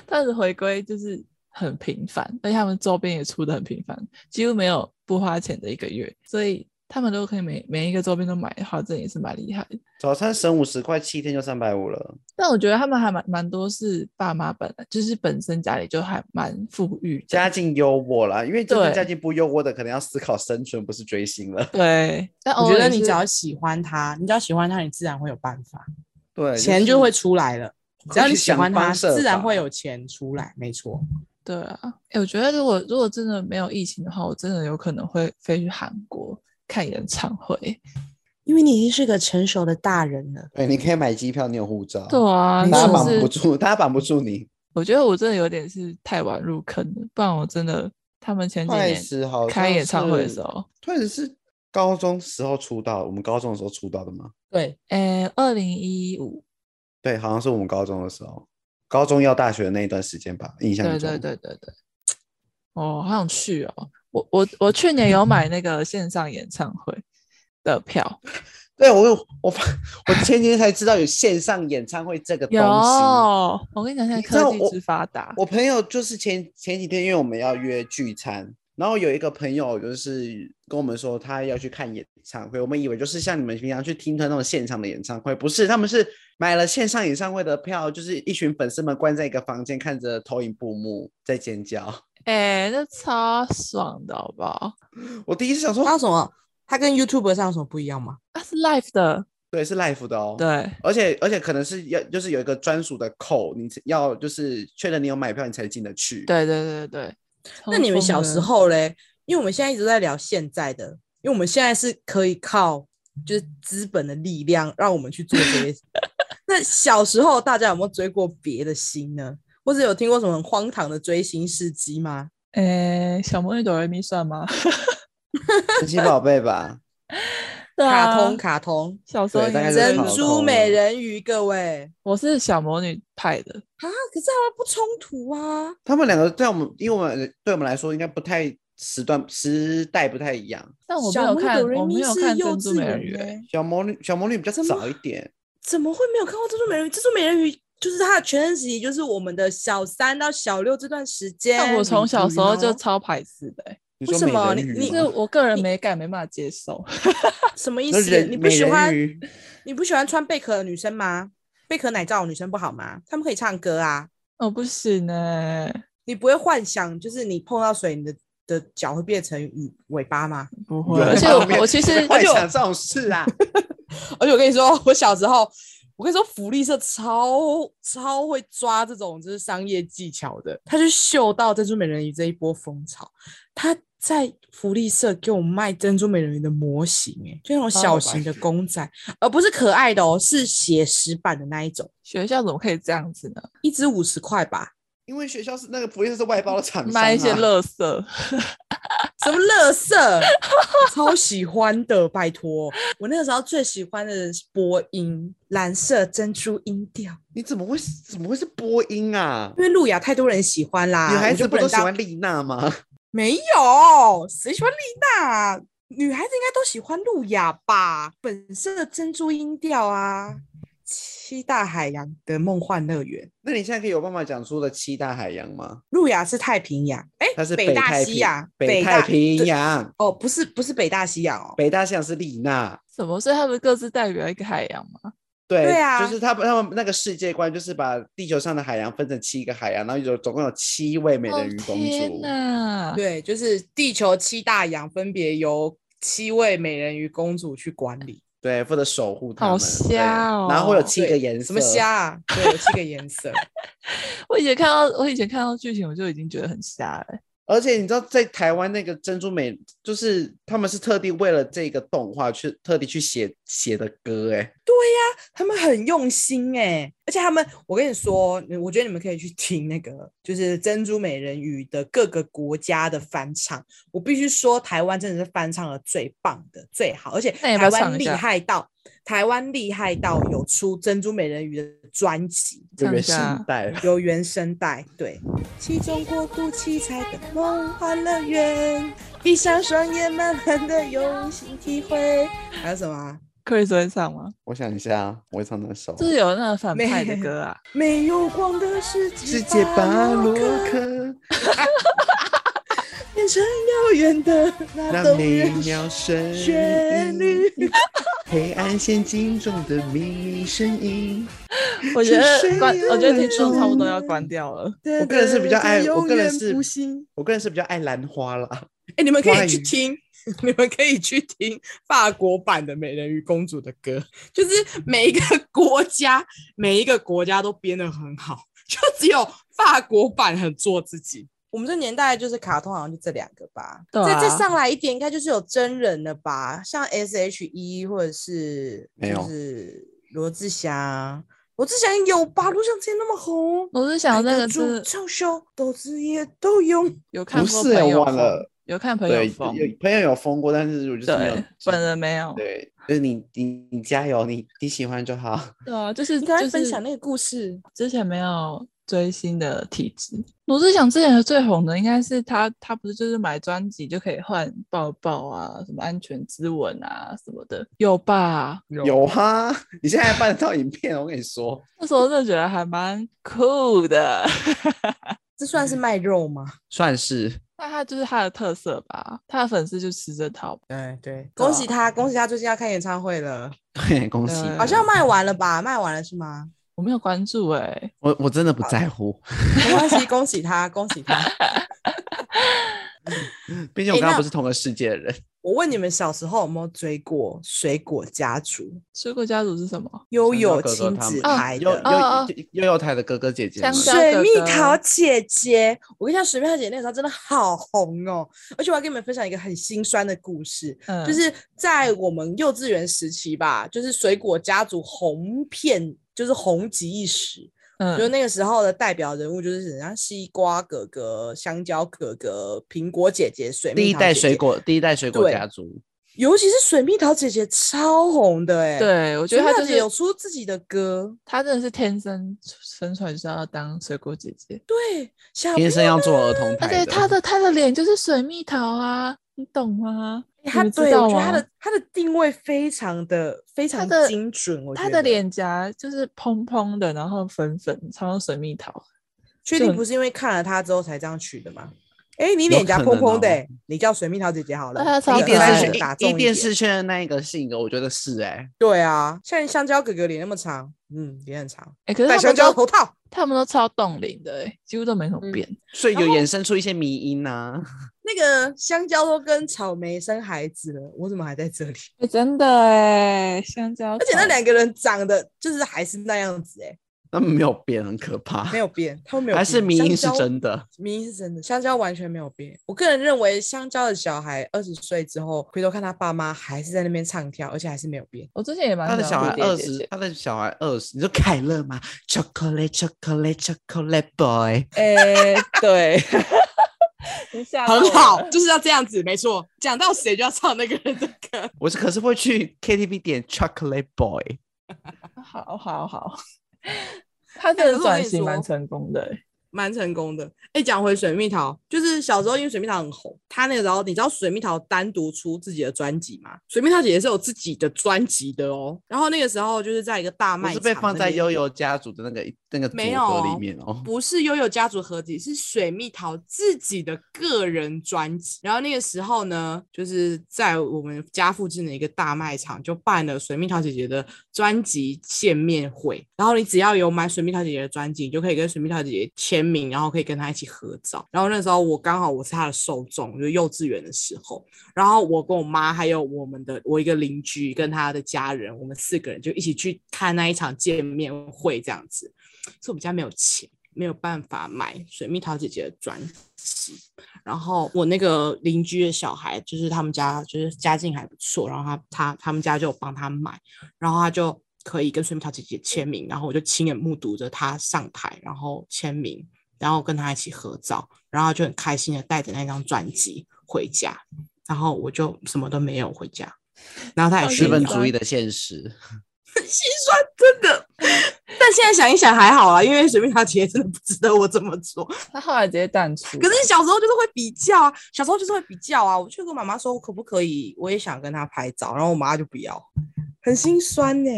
Speaker 3: Twice 回归就是很频繁，而且他们周边也出的很频繁，几乎没有不花钱的一个月，所以他们都可以每每一个周边都买的话，这也是蛮厉害的。
Speaker 2: 早餐省五十块，七天就三百五了。
Speaker 3: 但我觉得他们还蛮蛮多是爸妈本来就是本身家里就还蛮富裕的，
Speaker 2: 家境优渥啦，因为最近
Speaker 3: 对
Speaker 2: 家境不优渥的，可能要思考生存，不是追星了。
Speaker 3: 对，但
Speaker 4: 我
Speaker 3: 偶
Speaker 4: 觉
Speaker 3: 尔
Speaker 2: 哦
Speaker 4: 得
Speaker 3: 也
Speaker 4: 你只
Speaker 3: 是
Speaker 4: 要喜欢她，你只要喜欢她，你自然会有办法，
Speaker 2: 对，
Speaker 4: 钱
Speaker 2: 是
Speaker 4: 就会出来了。只要
Speaker 2: 会
Speaker 4: 你
Speaker 2: 去
Speaker 4: 喜欢
Speaker 2: 想方
Speaker 4: 她，
Speaker 2: 设
Speaker 4: 自然
Speaker 2: 法
Speaker 4: 会有钱出来。没错。
Speaker 3: 对啊，哎、我觉得如果如果真的没有疫情的话，我真的有可能会飞去韩国看演唱会。
Speaker 4: 因为你已经是个成熟的大人了。
Speaker 2: 对，哎你可以买机票，哦你有护照，
Speaker 3: 对啊，
Speaker 4: 没
Speaker 2: 大家
Speaker 3: 那
Speaker 4: 错
Speaker 3: 我
Speaker 2: 绑
Speaker 3: 是
Speaker 2: 不住， *laughs* 大家绑不住你。
Speaker 3: 我觉得我真的有点是太晚入坑了，不然我真的他们前几
Speaker 2: 快
Speaker 3: 年
Speaker 2: 时好
Speaker 3: 开
Speaker 2: 像
Speaker 3: 演唱会的时
Speaker 2: 是，
Speaker 3: 候，
Speaker 2: 快时是高中时候出道，我们高中的时候出道的吗？
Speaker 4: 对，
Speaker 3: 诶，二零一五，
Speaker 2: 对，好像是我们高中的时候，高中要大学的那一段时间吧，印象
Speaker 3: 对
Speaker 2: 中。
Speaker 3: 对对对对，哦，好想去哦！我我我去年有买那个线上演唱会的
Speaker 2: *laughs*
Speaker 3: 票，
Speaker 2: 对，我有我发 *laughs* 我前几天才知道有线上演唱会这个东
Speaker 3: 有，
Speaker 2: 西。
Speaker 3: 我跟你讲，现在
Speaker 2: 你知道
Speaker 3: 科技
Speaker 2: 我
Speaker 3: 之发达，
Speaker 2: 我朋友就是前前几天，因为我们要约聚餐，然后有一个朋友就是跟我们说他要去看演唱会，我们以为就是像你们平常去听团那种现场的演唱会，不是，他们是买了线上演唱会的票，就是一群粉丝们关在一个房间，看着投影布幕在尖叫。
Speaker 3: 哎、那超爽的好不好？
Speaker 2: 我第一次想说
Speaker 4: 它，有什么？它跟 YouTube 上有什么不一样吗？
Speaker 3: 啊，是 live 的，
Speaker 2: 对，是 live 的哦。。
Speaker 3: 对，
Speaker 2: 而且而且可能是要就是有一个专属的扣，你要就是确认你有买票你才进得去。
Speaker 3: 对对对对。
Speaker 4: 那你们
Speaker 3: 超
Speaker 4: 小
Speaker 3: 疯
Speaker 4: 时
Speaker 3: 的
Speaker 4: 候嘞？因为我们现在一直在聊现在的，因为我们现在是可以靠就是资本的力量，让我们去做这些
Speaker 3: *laughs*
Speaker 4: 事。那小时候大家有没有追过别的星呢？或者有听过什么很荒唐的追星事迹吗？
Speaker 3: 诶，小魔女哆瑞咪算吗？
Speaker 2: 神奇宝贝吧，
Speaker 3: 对
Speaker 4: 卡通，
Speaker 3: 啊
Speaker 4: 卡通，
Speaker 3: 小时候
Speaker 2: 对大概
Speaker 3: 也
Speaker 2: 就是
Speaker 3: 是
Speaker 4: 珍
Speaker 2: 卡
Speaker 4: 珠
Speaker 2: 通
Speaker 4: 美人鱼，各位
Speaker 3: 我是小魔女派的，
Speaker 4: 啊，可是他们不冲突啊。
Speaker 2: 他们两个在我们，因为我们对我们来说应该不太时段时代不太一样。
Speaker 3: 但我没
Speaker 4: 小
Speaker 3: 有
Speaker 4: 魔女
Speaker 3: 看，
Speaker 4: 哆瑞
Speaker 3: 我没
Speaker 4: 咪
Speaker 3: 有
Speaker 4: 是
Speaker 3: 看
Speaker 4: 幼
Speaker 3: 珍珠
Speaker 4: 稚
Speaker 3: 美人鱼、
Speaker 4: 园
Speaker 3: 欸
Speaker 4: 呢
Speaker 2: 小魔女小魔女比较
Speaker 4: 怎么
Speaker 2: 早一点，
Speaker 4: 怎么会没有看过珍珠美人鱼？珍珠美人鱼就是它的全盛时期，就是我们的小三到小六这段时间。
Speaker 3: 但我从小时候就
Speaker 4: You know？
Speaker 3: 超排斥的、欸，
Speaker 2: 你
Speaker 4: 为
Speaker 2: 说
Speaker 4: 什
Speaker 2: 美
Speaker 4: 么
Speaker 2: 人
Speaker 4: 你
Speaker 2: 鱼
Speaker 4: 你
Speaker 3: 就是
Speaker 2: 吗
Speaker 3: 我个人美感没办法接受。
Speaker 4: 嗯什么意
Speaker 2: 那
Speaker 4: 思？
Speaker 2: 人
Speaker 4: 你不
Speaker 2: 美
Speaker 4: 喜
Speaker 2: 人
Speaker 4: 欢
Speaker 2: 鱼
Speaker 4: 你不喜欢穿贝壳的女生吗？贝壳奶罩的女生不好吗？她们可以唱歌啊。
Speaker 3: 我不行哎、
Speaker 4: 你不会幻想，就是你碰到水，你的的脚会变成鱼尾巴吗？
Speaker 3: 不
Speaker 2: 有
Speaker 3: 而且
Speaker 2: 画
Speaker 3: 我
Speaker 2: 面
Speaker 3: 我其实，
Speaker 2: *laughs*
Speaker 3: 而
Speaker 2: 幻
Speaker 3: 且我
Speaker 2: 想这种
Speaker 4: *laughs*
Speaker 2: 事啊，
Speaker 4: 而且我跟你说， *laughs* 我小时候，我跟你说，福利社超超会抓这种就是商业技巧的。他就嗅到珍珠美人鱼这一波风潮，他在福利社给我卖珍珠美人鱼的模型、欸，就那种小型的公仔，而不是可爱的哦，是写实版的那一种，
Speaker 3: 学校怎么可以这样子呢？
Speaker 4: 一只五十块吧。
Speaker 2: 因为学校是那个福利社是外包的厂商、啊，
Speaker 3: 卖一些垃圾，
Speaker 4: 什么乐色，我超喜欢的，拜托！哦我那个时候最喜欢的是播音，蓝色珍珠音调，
Speaker 2: 你怎么会怎么会是播音啊？
Speaker 4: 因为路雅太多人喜欢啦，
Speaker 2: 女孩
Speaker 4: 我就
Speaker 2: 子不
Speaker 4: 能
Speaker 2: 都喜
Speaker 4: 当
Speaker 2: 欢丽娜吗？
Speaker 4: 没有，谁喜欢丽娜啊？女孩子应该都喜欢路亚吧？本色的珍珠音调啊，七大海洋的梦幻乐园。
Speaker 2: *laughs* 那你现在可以有办法讲出的七大海洋吗？
Speaker 4: 路亚是太平洋，哎、
Speaker 2: 它是
Speaker 4: 北大
Speaker 2: 太
Speaker 4: 西
Speaker 2: 平
Speaker 4: 洋，
Speaker 2: 北
Speaker 4: 大
Speaker 2: 太平
Speaker 4: 对
Speaker 2: 洋，
Speaker 4: 哦，不是不是北大西洋哦，
Speaker 2: 北大西洋是丽娜。
Speaker 3: 什么？所以他们各自代表一个海洋嘛？
Speaker 2: 对，
Speaker 4: 对啊
Speaker 2: 就是他们他们那个世界观，就是把地球上的海洋分成七个海洋，然后有总共有七位美
Speaker 3: 哦
Speaker 2: 人鱼公
Speaker 3: 天
Speaker 2: 主。
Speaker 3: 哪！
Speaker 4: 对，就是地球七大洋分别由七位美人鱼公主去管理。
Speaker 2: 对，负责守护他
Speaker 3: 好
Speaker 2: 们。对
Speaker 3: 瞎哦
Speaker 2: 然后会有七
Speaker 4: 对
Speaker 2: 个颜色，
Speaker 4: 什么虾？啊？对，有七个颜色。
Speaker 3: 我以前看到我以前看到剧情，我就已经觉得很瞎了欸、
Speaker 2: 而且你知道，在台湾那个珍珠美，就是他们是特地为了这个动画去特地去写写的歌、欸，哎，
Speaker 4: 他们很用心哎、而且他们，我跟你说，你我觉得你们可以去听那个，就是《珍珠美人鱼》的各个国家的翻唱。我必须说，台湾真的是翻唱的最棒的、最好，而且
Speaker 3: 那你要不
Speaker 4: 台湾
Speaker 3: 要唱一
Speaker 4: 厉
Speaker 3: 下
Speaker 4: 害到台湾厉害到有出《珍珠美人鱼》的专辑，
Speaker 2: 就
Speaker 3: 唱一
Speaker 2: 原声
Speaker 3: 下
Speaker 2: 带。
Speaker 4: 有原声带，对。其中国度七彩的梦幻乐园，闭上双眼，慢慢的用心体会。还有什么啊？
Speaker 3: Chris 会唱吗？
Speaker 2: *laughs* 我想一下，我会唱哪首？
Speaker 3: 就是有那个反
Speaker 4: 没
Speaker 3: 派的歌啊，
Speaker 4: 没有光的世界，
Speaker 2: 世界巴洛
Speaker 4: 克
Speaker 2: 克
Speaker 4: 变成遥远的那
Speaker 2: 让
Speaker 4: 动
Speaker 2: 你
Speaker 4: 人
Speaker 2: 秒声
Speaker 4: 旋律。
Speaker 2: 黑暗陷阱中的秘密声音。
Speaker 3: 我觉
Speaker 2: 是
Speaker 3: 得
Speaker 2: 谁
Speaker 3: 关，我觉得听众
Speaker 2: 呀
Speaker 3: 差不多
Speaker 4: 啊
Speaker 3: 要关掉了。
Speaker 4: 对
Speaker 2: 我个人是比较爱，
Speaker 4: 对
Speaker 2: 我个人
Speaker 4: 永
Speaker 2: 是
Speaker 4: 远不息，
Speaker 2: 我个人是比较爱兰花啦。 *laughs*
Speaker 4: 哎、你们可
Speaker 2: 花
Speaker 4: 以去
Speaker 2: 语
Speaker 4: 听， *laughs* 你们可以去听法国版的《美人鱼公主》的歌，就是每一个国家，每一个国家都编得很好，就只有法国版很做自己。我们这年代就是卡通，好像就这两个吧。
Speaker 3: 对啊
Speaker 4: 再再上来一点，应该就是有真人了吧，像 S H E 或者是
Speaker 2: 没
Speaker 4: 就
Speaker 2: 有
Speaker 4: 是罗志祥，罗志祥有吧？罗志祥之前那么红，
Speaker 3: 我是想
Speaker 4: 爱
Speaker 3: 那
Speaker 4: 得
Speaker 3: 嗯个
Speaker 4: 住
Speaker 3: 是嗯
Speaker 4: 臭羞，斗智也斗勇。
Speaker 3: 有看
Speaker 2: 不
Speaker 3: 过
Speaker 2: 是欸
Speaker 3: 朋友
Speaker 2: 我忘
Speaker 3: 疯
Speaker 2: 了，
Speaker 3: 有看朋
Speaker 2: 对，
Speaker 3: 友
Speaker 2: 有
Speaker 3: 疯，
Speaker 2: 朋友有封过，但是我就是没有
Speaker 3: 对，本人没有，
Speaker 2: 对，就是你你你加油，你你喜欢就好。
Speaker 3: 对啊，就是
Speaker 4: 你刚
Speaker 3: 就
Speaker 4: 才分
Speaker 3: 是
Speaker 4: 享那个故事，
Speaker 3: 之前没有追星的体质。罗志祥之前最红的应该是他，他不是就是买专辑就可以换抱抱啊，什么安全之吻啊什么的，有吧？
Speaker 2: *laughs* 有哈， *laughs* 你现在还办得到影片，我跟你说，
Speaker 3: 那时候真的觉得还蛮酷的。 *laughs*
Speaker 4: 这算是卖肉吗？
Speaker 2: *laughs* 算是
Speaker 3: 那他就是他的特色吧，他的粉丝就吃这套。
Speaker 4: 对对，恭喜他，恭喜他最近要开演唱会了，
Speaker 2: 对，恭喜
Speaker 3: 对
Speaker 2: 你。
Speaker 4: 好像卖完了吧？卖完了是吗？
Speaker 3: 我没有关注哎、
Speaker 2: 我我真的不在 *laughs* 乎，
Speaker 4: 没关系，恭喜他，恭喜他。
Speaker 2: 毕竟我
Speaker 4: 诶
Speaker 2: 刚刚
Speaker 4: 那 *laughs*
Speaker 2: 不是同个世界的人。
Speaker 4: 我问你们小时候有没有追过《水果家族》
Speaker 3: 水果家族是什么？
Speaker 4: 悠悠
Speaker 2: 哥哥
Speaker 4: 亲
Speaker 2: 他
Speaker 4: 子
Speaker 2: 们啊
Speaker 4: 台
Speaker 2: 悠
Speaker 4: 的？
Speaker 3: 哦
Speaker 2: 悠悠悠台的哥哥姐姐们，
Speaker 3: 香蕉
Speaker 4: 水
Speaker 3: 哥
Speaker 4: 蜜
Speaker 3: 哥
Speaker 4: 桃姐姐，我跟你讲，水蜜桃姐姐那时候真的好红哦，而且我要跟你们分享一个很心酸的故事，
Speaker 3: 嗯，
Speaker 4: 就是在我们幼稚园时期吧，就是水果家族红遍，就是红极一时。
Speaker 3: 嗯
Speaker 4: 就是那个时候的代表人物，就是人家西瓜哥哥、香蕉哥哥、苹果姐姐、水蜜桃
Speaker 2: 第一代
Speaker 4: 姐姐
Speaker 2: 水，果，第一代水果
Speaker 4: 对
Speaker 2: 家族，
Speaker 4: 尤其是水蜜桃姐姐超红的哎、，
Speaker 3: 对，我觉得
Speaker 4: 水蜜桃
Speaker 3: 她就
Speaker 4: 姐
Speaker 3: 是
Speaker 4: 姐有出自己的歌，
Speaker 3: 她真的是天生生出来就是要当水果姐姐，
Speaker 4: 对，小
Speaker 2: 天生要
Speaker 4: 啊
Speaker 2: 做儿童
Speaker 3: 而
Speaker 2: 台
Speaker 3: 且她
Speaker 2: 的。
Speaker 3: 的她的脸就是水蜜桃啊，你懂
Speaker 4: 哎
Speaker 3: 吗？
Speaker 4: 她
Speaker 3: 你们知
Speaker 4: 对，我
Speaker 3: 道
Speaker 4: 觉得她
Speaker 3: 吗？
Speaker 4: 的她的定位非常的非常
Speaker 3: 的
Speaker 4: 精准，我觉
Speaker 3: 她
Speaker 4: 得
Speaker 3: 的脸颊就是蓬蓬的，然后粉粉，超像水蜜桃。
Speaker 4: 确
Speaker 3: 就
Speaker 4: 定
Speaker 3: 很
Speaker 4: 不是因为看了她之后才这样取的吗？哎、你
Speaker 2: 有
Speaker 4: 脸颊
Speaker 2: 可
Speaker 4: 蓬
Speaker 2: 能
Speaker 4: 蓬的、
Speaker 2: 哦
Speaker 4: 欸，你叫水蜜桃姐姐好了。
Speaker 3: 啊超
Speaker 4: 你
Speaker 2: 一
Speaker 3: 可
Speaker 4: 脸
Speaker 2: 电
Speaker 3: 爱
Speaker 4: 单
Speaker 2: 视
Speaker 4: 选
Speaker 3: 的
Speaker 4: 打
Speaker 2: 圈
Speaker 4: 中
Speaker 2: 一电
Speaker 4: 点
Speaker 2: 视圈的那一个性格，我觉得是哎，
Speaker 4: 对啊，像香蕉哥哥脸那么长，嗯，也很长，
Speaker 3: 哎、可是
Speaker 4: 戴
Speaker 3: 他
Speaker 4: 香
Speaker 3: 们
Speaker 4: 蕉
Speaker 3: 都
Speaker 4: 头套。
Speaker 3: 他们都超冻龄的、哎，几乎都没什么
Speaker 4: 嗯
Speaker 3: 变。
Speaker 2: 所以有衍生出一些迷因呐。
Speaker 4: *laughs* 那个香蕉都跟草莓生孩子了，我怎么还在这
Speaker 2: *laughs*
Speaker 4: 里？
Speaker 3: 哎、真的哎、香蕉，
Speaker 4: 而且那两个人长得就是还是那样子、欸，
Speaker 2: 他们没有变，很可怕
Speaker 4: 没。有变，他们没有
Speaker 2: 还
Speaker 4: 变。
Speaker 2: 是迷因是
Speaker 4: 香蕉
Speaker 2: 真的？
Speaker 4: 迷因是真的，香蕉完全没有变。我个人认为，香蕉的小孩二十岁之后回头看他爸妈，还是在那边唱跳，而且还是没有变。
Speaker 3: 我之前也蛮
Speaker 2: 他的
Speaker 3: 喜
Speaker 2: 小
Speaker 3: 欢
Speaker 2: 孩
Speaker 3: 蝴蝶
Speaker 2: 二
Speaker 3: 姐
Speaker 2: 十，
Speaker 3: 姐
Speaker 2: 他的小孩二十，你说凯乐吗？Chocolate, chocolate, chocolate boy。
Speaker 4: *laughs*
Speaker 3: 哎、对， *laughs* 你吓到
Speaker 4: 很
Speaker 3: 我
Speaker 4: 好
Speaker 3: 了，
Speaker 4: *laughs* 就是要这样子，没错。讲到谁就要唱那个人的歌。
Speaker 2: 我是可是会去 KTV 点 Chocolate Boy，
Speaker 3: 好好好， *laughs* 他
Speaker 4: 哎可
Speaker 3: 这
Speaker 4: 是
Speaker 3: 个
Speaker 4: 我
Speaker 3: 转
Speaker 4: 跟你
Speaker 3: 型蛮
Speaker 4: 说
Speaker 3: 成功的、欸，
Speaker 4: 蛮成功的。哎、讲回水蜜桃，就是小时候因为水蜜桃很红，他那个时候你知道水蜜桃单独出自己的专辑吗？水蜜桃姐姐是有自己的专辑的哦。然后那个时候就是在一个大
Speaker 2: 不
Speaker 4: 卖
Speaker 2: 是
Speaker 4: 场
Speaker 2: 被
Speaker 4: 那
Speaker 2: 放在
Speaker 4: 边
Speaker 2: 悠悠家族的那个那个组
Speaker 4: 没有
Speaker 2: 合里面哦。
Speaker 4: 不是悠悠家族合集，是水蜜桃自己的个人专辑。然后那个时候呢，就是在我们家附近的一个大卖场就办了水蜜桃姐姐的专辑见面会。然后你只要有买水蜜桃姐姐的专辑，你就可以跟水蜜桃姐姐签名，然后可以跟她一起合照。然后那时候我刚好我是她的受众，就是幼稚园的时候。然后我跟我妈还有我们的我一个邻居跟她的家人，我们四个人就一起去看那一场见面会这样子。是我们家没有钱，没有办法买水蜜桃姐姐的专辑。然后我那个邻居的小孩，就是他们家就是家境还不错，然后他他他们家就有帮他买，然后他就可以跟水蜜桃姐姐签名，然后我就亲眼目睹着他上台，然后签名，然后跟他一起合照，然后就很开心的带着那张专辑回家，然后我就什么都没有回家。然后他也
Speaker 3: 好
Speaker 2: 资
Speaker 4: 宣
Speaker 2: 本
Speaker 4: 扬
Speaker 2: 主义的现实，
Speaker 4: 心酸，真的。但现在想一想还好啊啦，因为水蜜桃姐姐真的不值得我这么做。
Speaker 3: 他后来直接淡出。
Speaker 4: 可是小时候就是会比较啊，小时候就是会比较啊。我就跟妈妈说，我可不可以，我也想跟她拍照，然后我妈就不要，很心酸呢、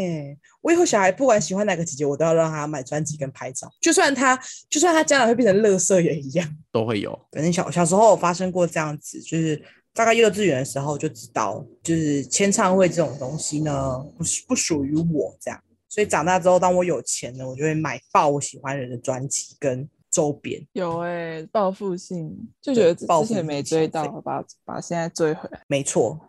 Speaker 4: 我以后小孩不管喜欢哪个姐姐，我都要让她买专辑跟拍照，就算她，就算她将来会变成乐色也一样。
Speaker 2: 都会有。
Speaker 4: 反正小小时候有发生过这样子，就是大概幼稚园的时候就知道，就是签唱会这种东西呢，不是不属于我这样。所以长大之后，当我有钱了，我就会买爆我喜欢人的专辑跟周边。
Speaker 3: 有哎、报复性就
Speaker 4: 对
Speaker 3: 觉得之
Speaker 4: 报
Speaker 3: 之前
Speaker 4: 复
Speaker 3: 没
Speaker 4: 性
Speaker 3: 追
Speaker 4: 消
Speaker 3: 到
Speaker 4: 费，
Speaker 3: 把把现在追回来。
Speaker 4: 没错，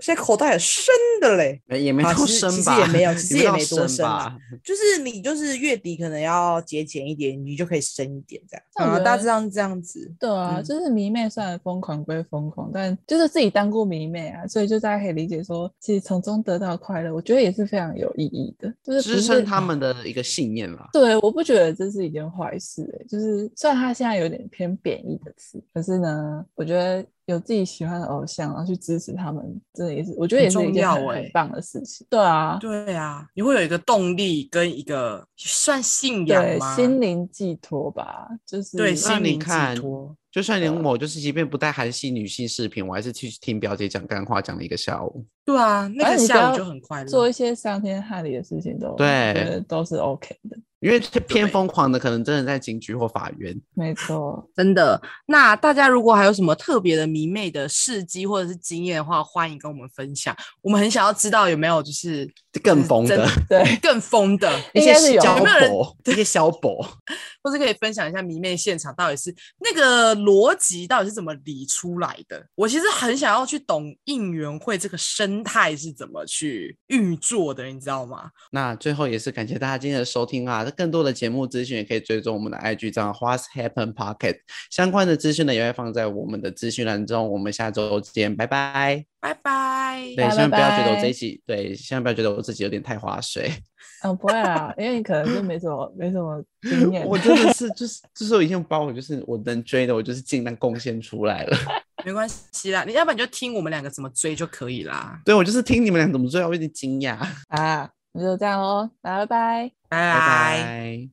Speaker 4: 现在口袋也深的嘞，
Speaker 2: 没也没
Speaker 4: 啊
Speaker 2: 多
Speaker 4: 其实
Speaker 2: 深
Speaker 4: 其实
Speaker 2: 吧，
Speaker 4: 也没有其实也
Speaker 2: 到
Speaker 4: 没多深啊
Speaker 2: 吧。
Speaker 4: 就是你就是月底可能要节俭一点，你就可以省一点这样。
Speaker 3: 那我
Speaker 4: 啊，
Speaker 3: 觉
Speaker 4: 大
Speaker 3: 得
Speaker 4: 致上是这样子。
Speaker 3: 对啊，
Speaker 4: 嗯
Speaker 3: 就是迷妹虽然疯狂归疯狂，但就是自己当过迷妹啊，所以就大家可以理解说，其实从中得到快乐，我觉得也是非常有意义的，就是不
Speaker 2: 支
Speaker 3: 是
Speaker 2: 撑他。们的一个信念啦。
Speaker 3: 对，我不觉得这是一件坏事、欸，就是虽然它现在有点偏贬义的词，可是呢，我觉得有自己喜欢的偶像，然后去支持他们，真的也是，我觉得
Speaker 4: 很
Speaker 3: 也是一
Speaker 4: 重
Speaker 3: 件
Speaker 4: 要
Speaker 3: 很,、
Speaker 4: 欸
Speaker 3: 很棒的事情。对啊，
Speaker 4: 对啊，你会有一个动力跟一个算信仰
Speaker 3: 对，
Speaker 4: 吗？
Speaker 3: 心灵寄托吧，就是
Speaker 4: 对
Speaker 2: 那
Speaker 4: 心
Speaker 2: 你
Speaker 4: 灵寄
Speaker 2: 看
Speaker 4: 托。
Speaker 2: 就算连我，就是即便不带韩系女性饰品，我还是去听表姐讲干话讲了一个下午。
Speaker 4: 对啊，那个
Speaker 3: 反正你不
Speaker 4: 下午
Speaker 3: 要
Speaker 4: 就很快乐。
Speaker 3: 做一些伤天害理的事情都
Speaker 2: 对
Speaker 3: 觉得都是 OK 的，
Speaker 2: 因为这偏
Speaker 4: 对
Speaker 2: 疯狂的，可能真的在警局或法院。
Speaker 3: 没错。
Speaker 4: 真的。那大家如果还有什么特别的迷妹的事迹或者是经验的话，欢迎跟我们分享。我们很想要知道有没有就是
Speaker 2: 更疯的
Speaker 4: 真
Speaker 3: 对，
Speaker 4: 更疯的，
Speaker 2: 一
Speaker 3: 应
Speaker 2: 些
Speaker 3: 该是有
Speaker 2: 小
Speaker 4: 有没有人
Speaker 2: 博，一些小博。
Speaker 4: 或是可以分享一下迷妹现场到底是那个逻辑到底是怎么理出来的？我其实很想要去懂应援会这个生态是怎么去运作的，你知道吗？
Speaker 2: 那最后也是感谢大家今天的收听啊！更多的节目资讯也可以追踪我们的 IG 账号 What's Happen Pocket，相关的资讯呢也会放在我们的资讯栏中。我们下周见，拜拜。
Speaker 4: 拜拜。
Speaker 2: 对，
Speaker 3: 拜
Speaker 2: 千万不要觉得我
Speaker 3: 拜
Speaker 2: 这一集，对，千万不要觉得我自己有点太划水。
Speaker 3: 嗯，不会啦，因为你可能就没什么没什么经验。
Speaker 2: 我真的是就是就是我已经把我就是我能追的，我就是尽量贡献出来了。 *laughs*
Speaker 4: 没关系啦，你要不然你就听我们两个怎么追就可以啦。
Speaker 2: 对我就是听你们俩怎么追，我有点惊讶。
Speaker 3: 啊，那就这样喽，拜拜。
Speaker 4: 拜
Speaker 2: 拜拜。